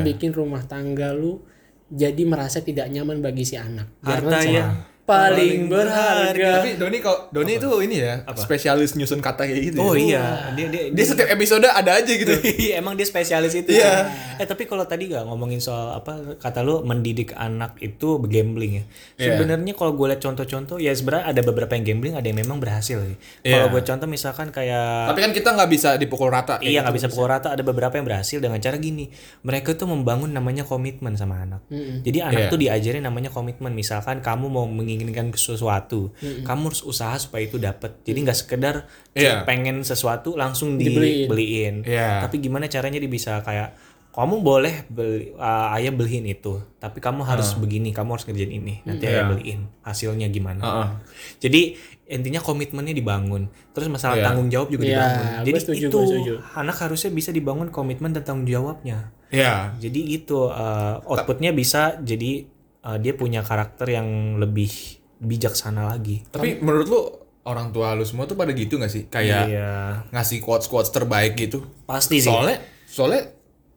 Speaker 1: Iya.
Speaker 3: bikin rumah tangga lo jadi merasa tidak nyaman bagi si anak
Speaker 2: harta
Speaker 3: jangan
Speaker 1: iya.
Speaker 2: yang
Speaker 3: sampai paling berharga
Speaker 1: tapi Doni kok Doni itu ini ya, spesialis nyusun kata kayak gitu. ya.
Speaker 2: oh iya dia dia,
Speaker 1: Dia setiap episode ada aja gitu.
Speaker 2: [laughs] Iya, emang dia spesialis itu. ya? Eh tapi kalau tadi gak ngomongin soal apa kata lu mendidik anak itu gambling ya. Sebenarnya kalau gue lihat contoh-contoh ya sebenarnya ada beberapa yang gambling, ada yang memang berhasil. sih.
Speaker 1: Iya.
Speaker 2: Kalau gue contoh misalkan kayak
Speaker 1: Tapi kan kita nggak bisa dipukul rata. kayak
Speaker 2: Iya
Speaker 1: gitu.
Speaker 2: nggak bisa pukul rata ada beberapa yang berhasil dengan cara gini mereka tuh membangun namanya komitmen sama anak
Speaker 3: Hmm.
Speaker 2: jadi anak
Speaker 1: Iya.
Speaker 2: tuh diajarin namanya komitmen misalkan kamu mau menginginkan sesuatu
Speaker 3: Hmm.
Speaker 2: kamu harus usaha supaya itu dapat jadi nggak sekedar
Speaker 1: Iya.
Speaker 2: pengen sesuatu langsung
Speaker 3: Dibeliin.
Speaker 2: dibeliin
Speaker 1: Iya.
Speaker 2: tapi gimana caranya dia bisa kayak kamu boleh beli uh, ayah beliin itu tapi kamu harus begini kamu harus ngerjain ini
Speaker 1: Ah.
Speaker 2: nanti ayah
Speaker 1: Iya. Ah,
Speaker 2: beliin hasilnya gimana
Speaker 1: Heeh.
Speaker 2: jadi intinya komitmennya dibangun, terus masalah
Speaker 1: Iya.
Speaker 2: tanggung jawab juga
Speaker 3: Iya,
Speaker 2: dibangun.
Speaker 3: gue
Speaker 2: Jadi
Speaker 3: setuju,
Speaker 2: itu
Speaker 3: gue setuju.
Speaker 2: anak harusnya bisa dibangun komitmen dan tanggung jawabnya.
Speaker 1: Iya.
Speaker 2: Jadi itu uh, outputnya bisa jadi uh, dia punya karakter yang lebih bijaksana lagi.
Speaker 1: Tapi menurut lu orang tua lu semua tuh pada gitu nggak sih? Kayak
Speaker 2: Iya,
Speaker 1: ngasih quotes quotes terbaik gitu.
Speaker 2: pasti sih.
Speaker 1: Soalnya soalnya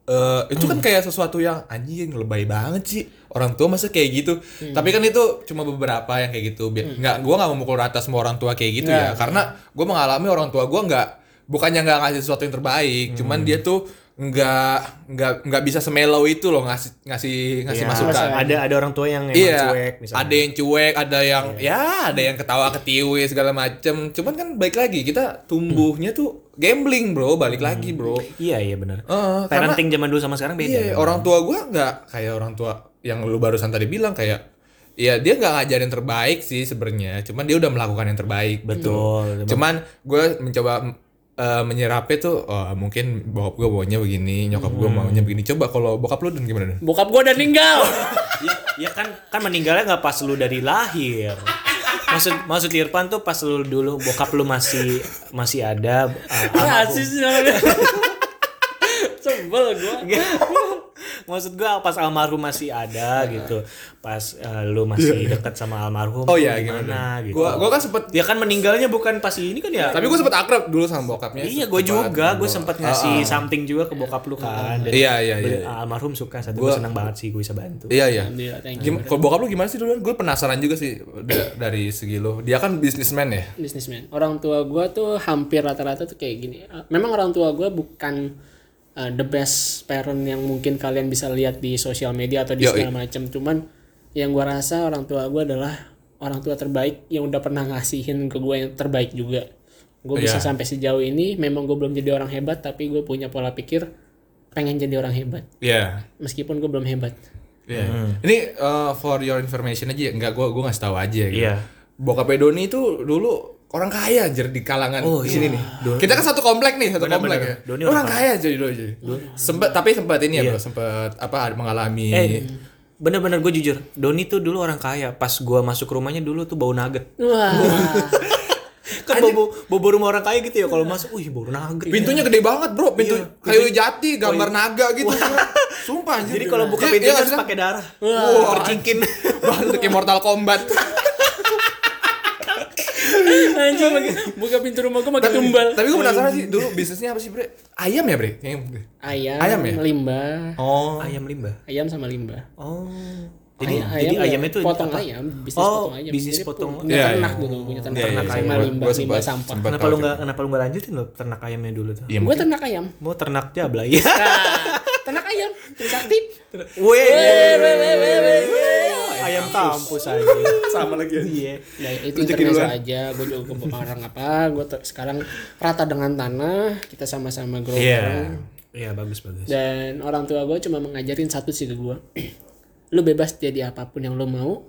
Speaker 1: eh, itu
Speaker 2: Hmm.
Speaker 1: kan kayak sesuatu yang anjing lebay banget sih orang tua masa kayak gitu
Speaker 2: Hmm.
Speaker 1: tapi kan itu cuma beberapa yang kayak gitu Bi- nggak gua nggak memukul rata semua orang tua kayak gitu ya
Speaker 2: Nah.
Speaker 1: karena gua mengalami orang tua gua nggak bukannya nggak ngasih sesuatu yang terbaik cuman
Speaker 2: Hmm.
Speaker 1: dia tuh nggak nggak nggak bisa semelow itu loh ngasih ngasih ngasih
Speaker 2: Iya,
Speaker 1: masukan
Speaker 2: Ada ada orang tua yang emang
Speaker 1: Iya,
Speaker 2: cuek misalnya. Iya.
Speaker 1: ada yang cuek, ada yang ya, ada yang ketawa ketiwi segala macem. Cuman kan baik lagi kita tumbuhnya tuh gambling bro, balik lagi bro.
Speaker 2: Iya iya benar.
Speaker 1: Eh, karena-
Speaker 2: Parenting zaman dulu sama sekarang beda.
Speaker 1: Iya, orang tua gua nggak kayak orang tua yang lu barusan tadi bilang kayak ya dia nggak ngajarin terbaik sih sebenarnya, cuman dia udah melakukan yang terbaik. Gitu.
Speaker 2: Betul.
Speaker 1: Cuman gue mencoba eh, menyerapnya tuh oh, mungkin bokap gue maunya begini, nyokap gue
Speaker 2: Hmm.
Speaker 1: maunya begini. Coba kalau bokap lu dan gimana? Dan?
Speaker 3: bokap gue udah meninggal
Speaker 2: ya, ya kan kan meninggalnya nggak pas lu dari lahir maksud maksud Irfan tuh pas lu dulu bokap lu masih masih ada uh,
Speaker 1: Iya
Speaker 2: almarhum.
Speaker 3: Rasis namanya. [laughs] Sebel gua.
Speaker 2: [laughs] maksud gua pas almarhum masih ada gitu pas uh, lu masih dekat sama
Speaker 1: Iya.
Speaker 2: almarhum
Speaker 1: Oh
Speaker 2: tuh
Speaker 1: iya
Speaker 2: gimana
Speaker 1: gimana?
Speaker 2: gitu
Speaker 1: Gua gua kan sempet
Speaker 2: ya kan meninggalnya bukan pas ini kan ya
Speaker 1: tapi gue sempet akrab dulu sama bokapnya.
Speaker 2: iya gue
Speaker 1: Sempet
Speaker 2: juga gue
Speaker 1: ngobrol.
Speaker 2: sempat ngasih something juga ke bokap lu kan Dan
Speaker 1: Iya, iya, iya, iya.
Speaker 2: almarhum suka satu gue senang banget sih gue bisa bantu
Speaker 1: Iya iya.
Speaker 3: Alhamdulillah, thank you.
Speaker 1: Gim- kalau bokap lu gimana sih dulu? Gue penasaran juga sih da- dari segi lu. Dia kan bisnismen ya.
Speaker 3: Businessman. Orang tua gua tuh hampir rata-rata tuh kayak gini. Eh, Memang orang tua gua bukan eh, the best parent yang mungkin kalian bisa lihat di sosial media atau di
Speaker 1: Yoi.
Speaker 3: segala macam. Cuman yang gua rasa orang tua gua adalah orang tua terbaik yang udah pernah ngasihin ke gua yang terbaik juga. Gue bisa
Speaker 1: Iya.
Speaker 3: sampai sejauh ini. Memang gue belum jadi orang hebat, tapi gue punya pola pikir pengen jadi orang hebat.
Speaker 1: Iya.
Speaker 3: Meskipun gue belum hebat.
Speaker 1: Iya.
Speaker 2: Hmm.
Speaker 1: Ini uh, for your information aja, ya. nggak gue gue ngasih tahu aja. Gitu.
Speaker 2: Iya.
Speaker 1: Bokap Doni itu dulu orang kaya anjir di kalangan
Speaker 2: Oh,
Speaker 1: di sini nih.
Speaker 2: iya.
Speaker 1: Kita kan satu komplek nih, satu komplek ya.
Speaker 2: Doni Iya.
Speaker 1: orang kaya jadi dulu aja. Sempet tapi sempat ini ya bro, sempat apa mengalami
Speaker 2: Eh, bener-bener gue jujur Doni tuh dulu orang kaya pas gue masuk rumahnya dulu tuh bau naga
Speaker 3: Wah.
Speaker 2: kan bau bau bau rumah orang kaya gitu ya kalau masuk wih bau naga
Speaker 1: Pintunya gede banget, Bro. Pintu
Speaker 2: Iya.
Speaker 1: kayu jati, gambar naga gitu. Sumpah anjir.
Speaker 2: Oh, jadi kalau buka
Speaker 1: Iya,
Speaker 2: pintunya
Speaker 1: iya
Speaker 2: harus
Speaker 1: kan? [laughs]
Speaker 2: pakai darah
Speaker 1: Wah,
Speaker 2: percingkin
Speaker 1: [laughs] Bantu kayak Mortal
Speaker 2: [laughs]
Speaker 1: Kombat.
Speaker 3: Anjing pakai- buka pintu rumah gue pakai tumbal.
Speaker 1: Tapi gue penasaran
Speaker 2: [laughs]
Speaker 1: sih dulu bisnisnya apa sih, Bre? Ayam ya, Bre? Ayam.
Speaker 3: Ayam,
Speaker 1: Ayam ya?
Speaker 3: limbah.
Speaker 1: Oh.
Speaker 2: ayam limbah
Speaker 3: ayam sama limbah.
Speaker 2: oh jadi
Speaker 3: Ayam-
Speaker 2: jadi
Speaker 3: ayam
Speaker 2: ayamnya
Speaker 3: ya,
Speaker 2: tuh
Speaker 3: potong
Speaker 2: apa?
Speaker 3: ayam, bisnis
Speaker 2: Oh,
Speaker 3: potong ayam.
Speaker 2: bisnis
Speaker 3: Jadi
Speaker 2: potong-
Speaker 3: punya
Speaker 1: Iya,
Speaker 3: ternak
Speaker 1: iya.
Speaker 3: dulu, punya ternak,
Speaker 1: Iya, iya,
Speaker 3: ternak
Speaker 1: iya.
Speaker 3: sama
Speaker 1: Gua-
Speaker 3: limbah,
Speaker 1: gua
Speaker 3: limbah
Speaker 1: sempat-
Speaker 3: sampah.
Speaker 1: sempat
Speaker 2: Kenapa
Speaker 1: tahu
Speaker 2: lu
Speaker 1: sih.
Speaker 2: nggak kenapa lu nggak lanjutin lo ternak ayamnya dulu tuh?
Speaker 1: Iya,
Speaker 3: Gue
Speaker 1: mungkin.
Speaker 3: ternak ayam. [laughs]
Speaker 2: Mau ternak jabla ya.
Speaker 3: Nah, ternak ayam, Trisakti.
Speaker 2: [laughs] Weh, ayam kampus aja.
Speaker 1: sama lagi.
Speaker 2: Iya.
Speaker 3: Ya, itu
Speaker 1: Rezeki
Speaker 3: intermezzo
Speaker 1: duluan.
Speaker 3: aja. Gue juga gue orang apa. Gue sekarang rata dengan tanah. Kita sama-sama grow bareng.
Speaker 2: Iya, bagus bagus.
Speaker 3: Dan orang tua gue cuma mengajarin satu sih ke gue. [clears throat] lu bebas jadi apapun yang lu mau.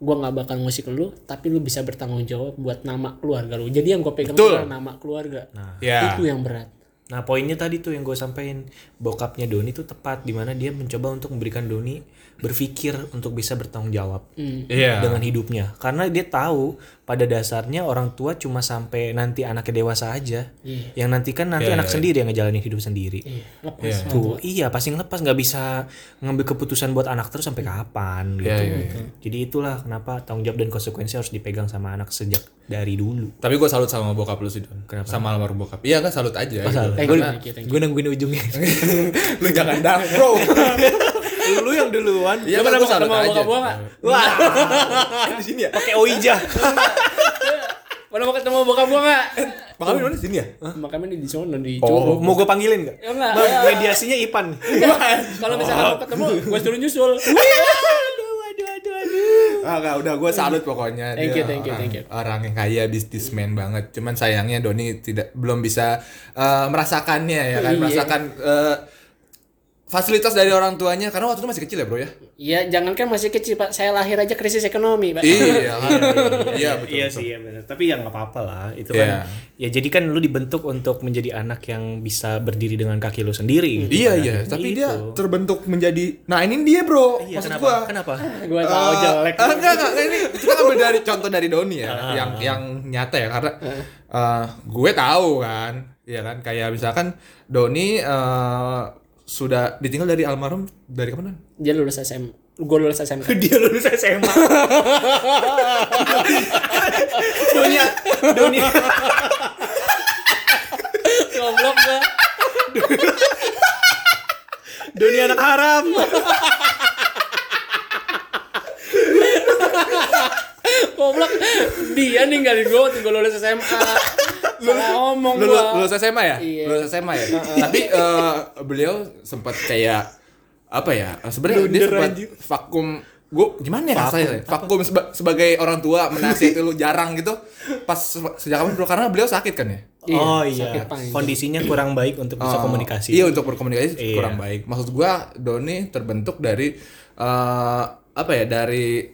Speaker 3: Gue nggak bakal ngusik lu, tapi lu bisa bertanggung jawab buat nama keluarga lu. Jadi yang gue pegang
Speaker 1: Betul.
Speaker 3: adalah nama keluarga.
Speaker 1: Ya.
Speaker 3: Itu yang berat.
Speaker 2: Nah, poinnya tadi tuh yang gue sampein, bokapnya Doni tuh tepat di mana dia mencoba untuk memberikan Doni berpikir untuk bisa bertanggung jawab
Speaker 1: Iya.
Speaker 2: dengan hidupnya. Karena dia tahu pada dasarnya orang tua cuma sampai nanti anaknya dewasa aja. Yang nanti kan nanti anak sendiri yang ngejalanin hidup sendiri.
Speaker 3: Iya, lepas.
Speaker 1: Iya.
Speaker 2: Tuh, iya pasti ngelepas nggak bisa ngambil keputusan buat anak terus sampai kapan gitu.
Speaker 1: Iya, iya, iya.
Speaker 2: Jadi itulah kenapa tanggung jawab dan konsekuensi harus dipegang sama anak sejak dari dulu.
Speaker 1: Tapi gue salut sama bokap lu sih, Don.
Speaker 2: Kenapa?
Speaker 1: Sama almarhum bokap. Iya kan salut aja. gitu.
Speaker 2: Salah.
Speaker 3: Thank you, thank you, thank you.
Speaker 2: Gue nungguin ujungnya.
Speaker 1: lu jangan dang, Bro.
Speaker 2: Lu yang duluan.
Speaker 1: Iya,
Speaker 3: Lu
Speaker 1: kan
Speaker 3: kenapa
Speaker 1: gue salut
Speaker 3: sama
Speaker 1: aja.
Speaker 3: bokap gua nggak?
Speaker 2: Wah,
Speaker 1: [laughs] Di sini ya?
Speaker 2: pakai oija.
Speaker 3: Mana mau ketemu bokap gue nggak?
Speaker 1: Bokap lu di mana? Di sini ya?
Speaker 3: Makanya di sono di
Speaker 2: Oh,
Speaker 3: Curug.
Speaker 2: mau gue panggilin nggak?
Speaker 3: Ya nggak,
Speaker 1: Nah,
Speaker 2: Bang,
Speaker 3: ya.
Speaker 2: Mediasinya Ipan.
Speaker 3: Enggak, Kalau
Speaker 1: Oh.
Speaker 3: misalkan mau ketemu, gue suruh nyusul.
Speaker 1: [laughs]
Speaker 2: aduh, aduh, aduh, aduh.
Speaker 1: Ah, nggak, udah gue salut pokoknya.
Speaker 3: Thank you,
Speaker 1: Dia
Speaker 3: thank you,
Speaker 1: orang,
Speaker 3: thank you.
Speaker 1: Orang yang kaya bisnismen banget. Cuman sayangnya Doni tidak belum bisa eh, merasakannya ya kan,
Speaker 3: Iya.
Speaker 1: merasakan eh, fasilitas dari orang tuanya karena waktu itu masih kecil ya, Bro ya.
Speaker 3: Iya, jangankan masih kecil pak, saya lahir aja krisis ekonomi pak.
Speaker 1: iya, kan? iya betul.
Speaker 2: iya
Speaker 1: betul.
Speaker 2: sih, iya benar. Tapi ya nggak apa-apa lah. Itu
Speaker 1: Iya.
Speaker 2: kan ya jadi kan lu dibentuk untuk menjadi anak yang bisa berdiri dengan kaki lu sendiri. gitu
Speaker 1: Iya
Speaker 2: kan.
Speaker 1: iya, tapi dia
Speaker 2: Gitu.
Speaker 1: terbentuk menjadi nah ini dia bro,
Speaker 2: Iya,
Speaker 1: maksud
Speaker 2: kenapa?
Speaker 1: gua.
Speaker 2: Kenapa? [laughs]
Speaker 3: Gue tahu
Speaker 1: Eh,
Speaker 3: jelek. Ah.
Speaker 1: eh, enggak, enggak, ini kita ambil dari contoh dari Doni ya, yang yang nyata ya karena eh, gue tahu kan, ya kan kayak misalkan Doni eh, sudah ditinggal dari almarhum dari kapan?
Speaker 3: Dia lulus SM, gue lulus SMK.
Speaker 2: Dia lulus
Speaker 1: [laughs]
Speaker 2: SMA. Doni, Doni,
Speaker 3: Goblok gue.
Speaker 2: Doni anak haram.
Speaker 3: Goblok. Dia ninggalin gue waktu gue lulus SMA. Salah ngomong
Speaker 1: Lu-
Speaker 3: gue.
Speaker 1: lu- Lulus SMA ya?
Speaker 3: Iya.
Speaker 1: Lulus SMA ya. Tapi eh, beliau sempat kayak apa ya? Sebenarnya dia
Speaker 2: Blunder
Speaker 1: sempat
Speaker 2: anjir.
Speaker 1: vakum gue gimana ya rasanya vakum seba- sebagai orang tua menasihati lu jarang gitu pas se- sejak kapan bro karena beliau sakit kan ya
Speaker 3: Iya,
Speaker 2: oh
Speaker 3: sakit
Speaker 2: iya,
Speaker 3: panggung.
Speaker 2: kondisinya kurang baik untuk bisa
Speaker 1: Oh,
Speaker 2: komunikasi.
Speaker 1: Iya untuk berkomunikasi
Speaker 2: Iya.
Speaker 1: kurang baik. Maksud gua Doni terbentuk dari eh, apa ya dari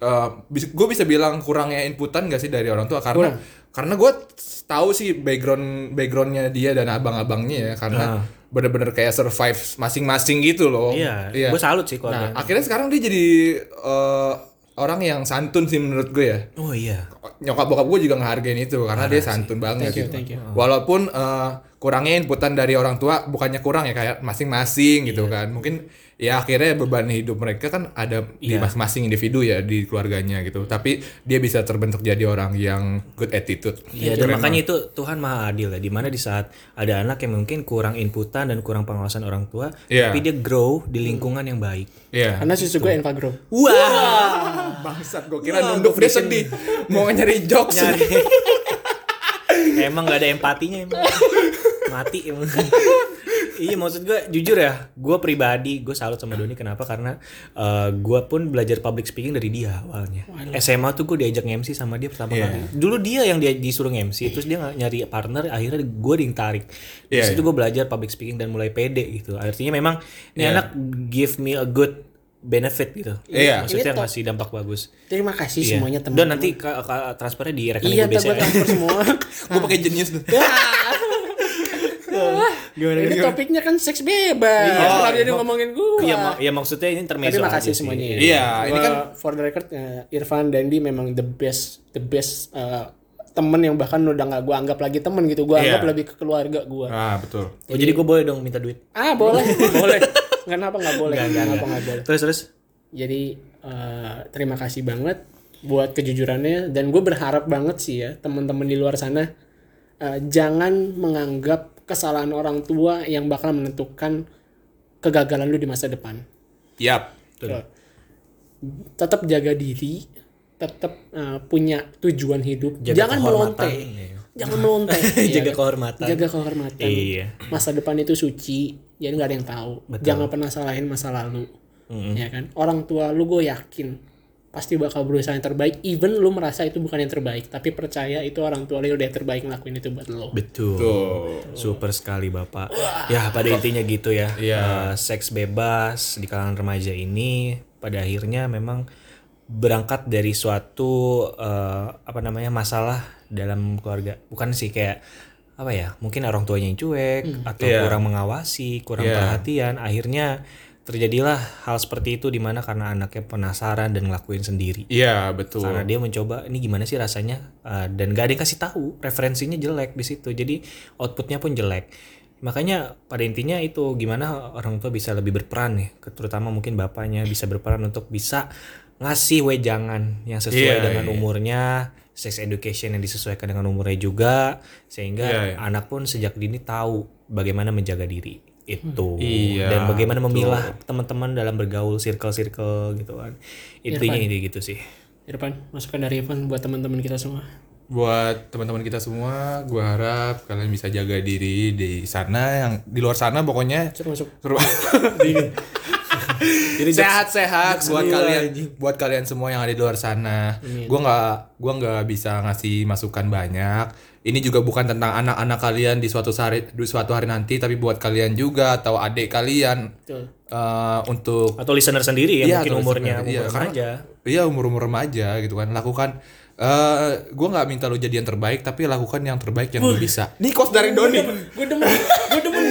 Speaker 1: eh, bis- gua bisa bilang kurangnya inputan gak sih dari orang tua karena karena gua tahu sih background backgroundnya dia dan abang-abangnya ya karena
Speaker 2: Ah.
Speaker 1: bener-bener kayak survive masing-masing gitu loh.
Speaker 2: Iya, gue salut sih
Speaker 1: Nah
Speaker 2: keluarga.
Speaker 1: akhirnya sekarang dia jadi eh, orang yang santun sih menurut gue ya
Speaker 2: oh iya.
Speaker 1: nyokap bokap gue juga ngehargain itu karena dia santun banget
Speaker 3: Thank you,
Speaker 1: gitu.
Speaker 3: thank you.
Speaker 1: Walaupun eh, kurangnya inputan dari orang tua bukannya kurang ya kayak masing-masing gitu kan. Mungkin ya akhirnya beban hidup mereka kan ada di
Speaker 2: Iya.
Speaker 1: masing-masing individu ya di keluarganya gitu. Tapi dia bisa terbentuk jadi orang yang good attitude.
Speaker 2: Iya, dan makanya itu Tuhan maha adil ya. Dimana di saat ada anak yang mungkin kurang inputan dan kurang pengawasan orang tua,
Speaker 1: Iya.
Speaker 2: tapi dia grow di lingkungan yang baik.
Speaker 1: Iya. Ah,
Speaker 3: Karena susu gue Enfagrow.
Speaker 2: Wah,
Speaker 1: Bangsat gue kira nunduk dia sedih mau nyari jokes.
Speaker 2: nyari. [laughs] emang gak ada empatinya emang. Mati emang. iya maksud gue jujur ya, gue pribadi gue salut sama Doni kenapa karena gue pun belajar public speaking dari dia awalnya. SMA tuh gue diajak MC sama dia pertama
Speaker 1: Iya.
Speaker 2: kali. Dulu dia yang dia disuruh MC, terus dia nggak nyari partner, akhirnya gue yang tarik. Di
Speaker 1: Iya,
Speaker 2: situ gue belajar public speaking dan mulai pede gitu. Artinya memang ini anak give me a good benefit gitu.
Speaker 1: Iya.
Speaker 2: Maksudnya
Speaker 3: Ini top.
Speaker 2: ngasih dampak bagus.
Speaker 3: Terima kasih
Speaker 2: Iya.
Speaker 3: semuanya
Speaker 2: Dan
Speaker 3: teman.
Speaker 2: nanti ka- ka- transfernya di rekening [laughs]
Speaker 3: Iya,
Speaker 2: gue
Speaker 3: gue transfer semua.
Speaker 1: gue pakai jenius tuh.
Speaker 3: Wah.
Speaker 2: Gimana,
Speaker 3: Nah. ini
Speaker 2: gimana?
Speaker 3: topiknya kan seks bebas.
Speaker 1: Iya.
Speaker 3: Kenapa jadi ngomongin gua?
Speaker 2: Iya, mak- ya maksudnya ini
Speaker 3: Tapi
Speaker 2: intermezzo.
Speaker 3: makasih
Speaker 2: aja sih.
Speaker 3: semuanya.
Speaker 1: Iya, ini
Speaker 3: ini kan
Speaker 1: kan-
Speaker 3: for the record eh, Irfan Dandi memang the best the best eh, temen yang bahkan udah nggak gua anggap lagi temen gitu. Gua
Speaker 1: Iya.
Speaker 3: anggap lebih ke keluarga gua.
Speaker 1: Ah, betul.
Speaker 2: Oh,
Speaker 3: Iya.
Speaker 2: jadi gue boleh dong minta duit.
Speaker 3: Ah boleh, [laughs] boleh. Kenapa nggak boleh? Kenapa nggak boleh?
Speaker 2: Terus terus.
Speaker 3: Jadi eh, terima kasih banget buat kejujurannya dan gue berharap banget sih ya teman-teman di luar sana eh, jangan menganggap kesalahan orang tua yang bakal menentukan kegagalan lu di masa depan.
Speaker 1: Yap.
Speaker 3: Tetap jaga diri, tetap eh, punya tujuan hidup.
Speaker 2: Jaga
Speaker 3: jangan
Speaker 2: kehormatan.
Speaker 3: melonte.
Speaker 2: Iya.
Speaker 3: Jangan melonte. Iya.
Speaker 2: [laughs] Jaga kehormatan.
Speaker 3: Jaga kehormatan.
Speaker 2: Iya.
Speaker 3: Masa depan itu suci, jadi nggak ada yang tahu. Jangan pernah salahin masa lalu. Ya kan? Orang tua lu gue yakin pasti bakal berusaha yang terbaik even lu merasa itu bukan yang terbaik, tapi percaya itu orang tua lu udah yang terbaik ngelakuin itu buat lo.
Speaker 2: Betul.
Speaker 1: Tuh.
Speaker 2: Super sekali Bapak. Ya, pada intinya gitu ya.
Speaker 1: Iya.
Speaker 2: Eh, seks bebas di kalangan remaja ini pada akhirnya memang berangkat dari suatu eh, apa namanya masalah dalam keluarga. Bukan sih kayak apa ya? Mungkin orang tuanya yang cuek atau
Speaker 1: Iya.
Speaker 2: kurang mengawasi, kurang
Speaker 1: Iya.
Speaker 2: perhatian, akhirnya terjadilah hal seperti itu di mana karena anaknya penasaran dan ngelakuin sendiri.
Speaker 1: Iya, betul.
Speaker 2: Karena dia mencoba ini gimana sih rasanya uh, dan gak ada yang kasih tahu, referensinya jelek di situ. Jadi outputnya pun jelek. Makanya pada intinya itu gimana orang tua bisa lebih berperan nih, terutama mungkin bapaknya bisa berperan untuk bisa ngasih wejangan yang
Speaker 1: Iya,
Speaker 2: sesuai dengan
Speaker 1: iya.
Speaker 2: umurnya, sex education yang disesuaikan dengan umurnya juga sehingga
Speaker 1: Iya, iya.
Speaker 2: anak pun sejak dini tahu bagaimana menjaga diri itu
Speaker 1: Iya,
Speaker 2: dan bagaimana memilah teman-teman dalam bergaul circle-circle gitu kan. Intinya
Speaker 3: Irfan.
Speaker 2: ini gitu sih.
Speaker 3: Ya, Irfan, masukan dari Irfan buat teman-teman kita semua.
Speaker 1: buat teman-teman kita semua gue harap kalian bisa jaga diri di sana yang di luar sana pokoknya
Speaker 3: Suruh masuk.
Speaker 1: [laughs] sehat-sehat buat kalian buat kalian semua yang ada di luar sana gue nggak gua nggak bisa ngasih masukan banyak ini juga bukan tentang anak-anak kalian di suatu hari di suatu hari nanti tapi buat kalian juga atau adik kalian
Speaker 3: Betul.
Speaker 1: eh, untuk
Speaker 2: atau listener sendiri ya
Speaker 1: Iya,
Speaker 2: mungkin
Speaker 1: atau
Speaker 2: umurnya
Speaker 1: listener, iya,
Speaker 2: umur
Speaker 1: karena-
Speaker 2: aja
Speaker 1: Iya umur-umur remaja gitu kan lakukan eh gue nggak minta lo jadi yang terbaik tapi lakukan yang terbaik yang lo bisa. Ini kos dari [laughs] Doni.
Speaker 3: Gue demen, gue demen.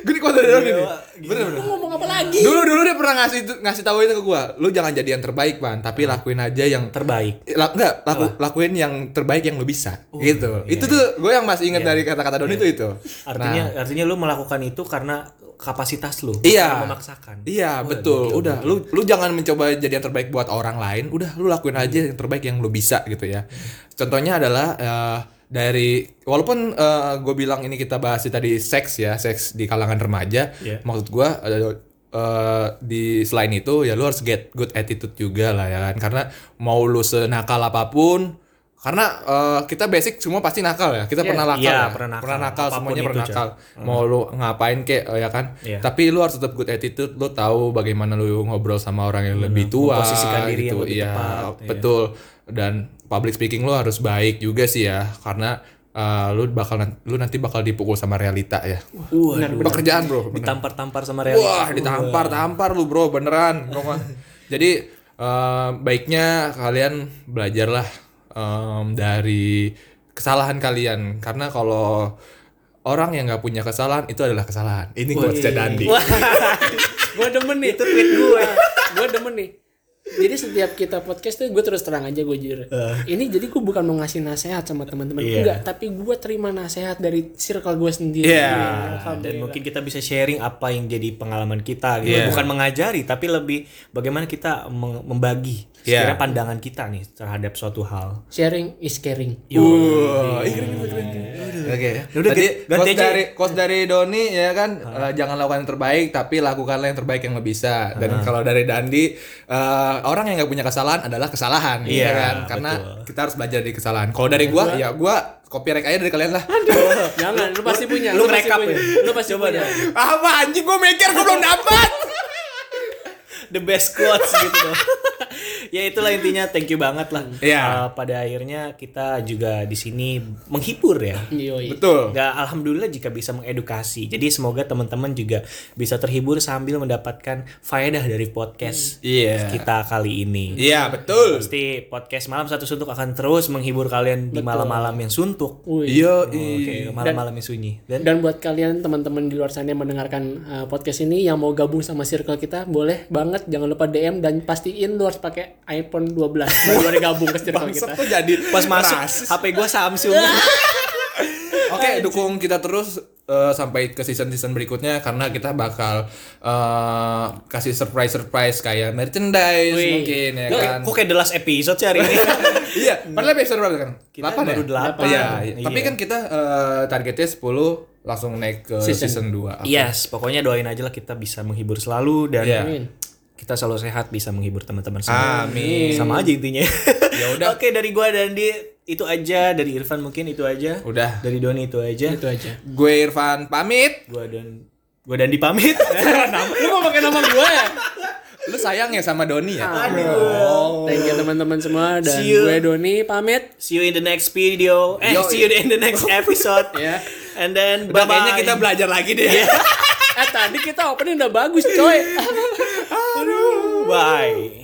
Speaker 1: Gue kos dari Doni. nih. Bener bener.
Speaker 3: Ngomong apa lagi?
Speaker 1: Dulu dulu dia pernah ngasih itu- ngasih tahu itu ke gue. Lo jangan jadi yang terbaik man tapi lakuin aja yang
Speaker 2: terbaik
Speaker 1: Eh, La, enggak, laku, lakuin yang terbaik yang lo bisa gitu. Itu tuh gue yang masih inget dari kata-kata Doni tuh itu.
Speaker 2: artinya artinya lu melakukan itu karena kapasitas lu
Speaker 1: Nah. Iya.
Speaker 2: bukan memaksakan
Speaker 1: Iya betul. udah, lu lu jangan mencoba jadi yang terbaik buat orang lain. Udah, lu lakuin aja
Speaker 2: Iya.
Speaker 1: yang terbaik yang lu bisa gitu ya.
Speaker 2: Hmm.
Speaker 1: Contohnya adalah eh, dari walaupun gue bilang ini kita bahas tadi seks ya, seks di kalangan remaja.
Speaker 2: Iya.
Speaker 1: Maksud gue di selain itu ya lu harus get good attitude juga lah ya kan. Karena mau lu senakal apapun. Karena eh, kita basic semua pasti nakal ya. Kita pernah nakal
Speaker 2: Iya,
Speaker 1: ya.
Speaker 2: pernah nakal. Apapun
Speaker 1: semuanya
Speaker 2: itu,
Speaker 1: pernah
Speaker 2: Cok.
Speaker 1: nakal. Mau lu ngapain kek ya kan.
Speaker 2: Hmm. Iya.
Speaker 1: Tapi lu harus tetap good attitude, lu tahu bagaimana lu ngobrol sama orang yang lebih tua
Speaker 2: Memposisikan diri yang
Speaker 1: gitu.
Speaker 2: lebih
Speaker 1: Iya,
Speaker 2: tepat, iya.
Speaker 1: betul. Dan public speaking lu harus baik juga sih ya, karena eh, lu bakal lu nanti bakal dipukul sama realita ya.
Speaker 2: Waduh.
Speaker 1: Pekerjaan, Bro. bener.
Speaker 2: ditampar-tampar sama realita
Speaker 1: Wah, ditampar-tampar lu bro, beneran. Bro. Jadi eh, baiknya kalian belajarlah em, dari kesalahan kalian karena kalau orang yang nggak punya kesalahan itu adalah kesalahan. Ini quotes Dandi.
Speaker 3: gue demen nih itu tweet gue gue demen nih jadi setiap kita podcast tuh gue terus terang aja gue jujur ini jadi gue bukan mau ngasih nasihat sama teman-teman
Speaker 2: Iya.
Speaker 3: enggak tapi gue terima nasihat dari circle gue sendiri
Speaker 1: Iya.
Speaker 2: dan
Speaker 3: Alhamdulillah.
Speaker 2: mungkin kita bisa sharing apa yang jadi pengalaman kita gitu.
Speaker 1: Iya.
Speaker 2: bukan mengajari tapi lebih bagaimana kita meng- membagi
Speaker 1: Iya.
Speaker 2: sekiranya pandangan kita nih terhadap suatu hal
Speaker 3: sharing is caring
Speaker 1: Uh. Wow, ih, keren keren keren. Ya Oke.
Speaker 2: Udah,
Speaker 1: Tadi
Speaker 2: ganti- ganti
Speaker 1: quotes
Speaker 2: aja.
Speaker 1: dari quotes dari Doni ya kan eh, jangan lakukan yang terbaik tapi lakukanlah yang terbaik yang lo bisa. Dan kalau dari Dandi eh, orang yang nggak punya kesalahan adalah kesalahan
Speaker 2: Iya,
Speaker 1: ya kan karena
Speaker 2: betul.
Speaker 1: kita harus belajar dari kesalahan. Kalau dari gua ya gua copyright aja dari kalian lah. [laughs]
Speaker 3: jangan lu pasti punya
Speaker 2: lu
Speaker 3: lu, pasti
Speaker 2: rekap
Speaker 3: punya
Speaker 2: ya?
Speaker 3: lu pasti punya
Speaker 1: [laughs] Apa anjing gua mikir gua belum dapat.
Speaker 2: the best quotes [laughs] gitu loh. ya itulah intinya thank you banget lah.
Speaker 1: Iya.
Speaker 2: Eh, pada akhirnya kita juga di sini menghibur ya.
Speaker 3: Yoi.
Speaker 1: Betul.
Speaker 2: Dan alhamdulillah jika bisa mengedukasi. Jadi semoga teman-teman juga bisa terhibur sambil mendapatkan faedah dari podcast
Speaker 1: Iya.
Speaker 2: kita kali ini.
Speaker 1: Iya, betul.
Speaker 2: Pasti podcast malam satu suntuk akan terus menghibur kalian di malam-malam yang suntuk.
Speaker 3: Wui.
Speaker 1: Iya,
Speaker 2: Oke, malam-malam yang sunyi. Dan
Speaker 3: Dan buat kalian teman-teman di luar sana yang mendengarkan uh, podcast ini yang mau gabung sama circle kita boleh banget jangan lupa DM dan pastiin lu harus pakai iPhone 12 baru boleh gabung ke circle
Speaker 1: Bangsat
Speaker 3: kita.
Speaker 1: kok jadi
Speaker 2: pas masuk
Speaker 1: rasis.
Speaker 2: HP gua Samsung.
Speaker 1: Oke, dukung kita terus eh, sampai ke season-season berikutnya karena kita bakal eh, kasih surprise-surprise kayak merchandise
Speaker 3: Wih.
Speaker 1: mungkin [laughs] ya
Speaker 2: Gua-
Speaker 1: kan.
Speaker 2: Kok kayak the last episode sih hari
Speaker 1: [laughs]
Speaker 2: ini?
Speaker 1: iya, padahal episode berapa kan?
Speaker 2: Kita
Speaker 1: Delapan
Speaker 2: baru
Speaker 1: ya?
Speaker 2: delapan.
Speaker 1: Iya,
Speaker 2: Iya.
Speaker 1: tapi kan kita eh, targetnya 10 langsung naik ke
Speaker 3: Season. Iya.
Speaker 1: season, 2.
Speaker 2: yes, pokoknya doain aja lah kita bisa menghibur selalu dan
Speaker 1: Iya.
Speaker 3: Amin.
Speaker 2: kita selalu sehat bisa menghibur teman-teman semua.
Speaker 1: Amin.
Speaker 2: Sama aja intinya.
Speaker 1: [laughs] Ya udah.
Speaker 2: Oke, dari gua dan di itu aja, dari Irfan mungkin itu aja.
Speaker 1: Udah.
Speaker 2: Dari Doni itu aja.
Speaker 3: Itu aja.
Speaker 1: Gue Irfan pamit.
Speaker 2: Gua dan gua dan dipamit.
Speaker 3: Lu mau pakai [laughs] nama gue ya? Ah.
Speaker 1: Lu sayang ya sama Doni ya?
Speaker 3: Thank you teman-teman semua dan
Speaker 2: See you.
Speaker 3: gue Doni pamit.
Speaker 2: [laughs] see you in the next video. Eh,
Speaker 1: Yo.
Speaker 2: see you in the next episode.
Speaker 1: [laughs]
Speaker 3: Ya.
Speaker 2: And then
Speaker 1: Udah
Speaker 2: bye
Speaker 1: kayaknya kita belajar lagi deh.
Speaker 3: Iya, Eh tadi kita opening udah bagus coy.
Speaker 2: Bye.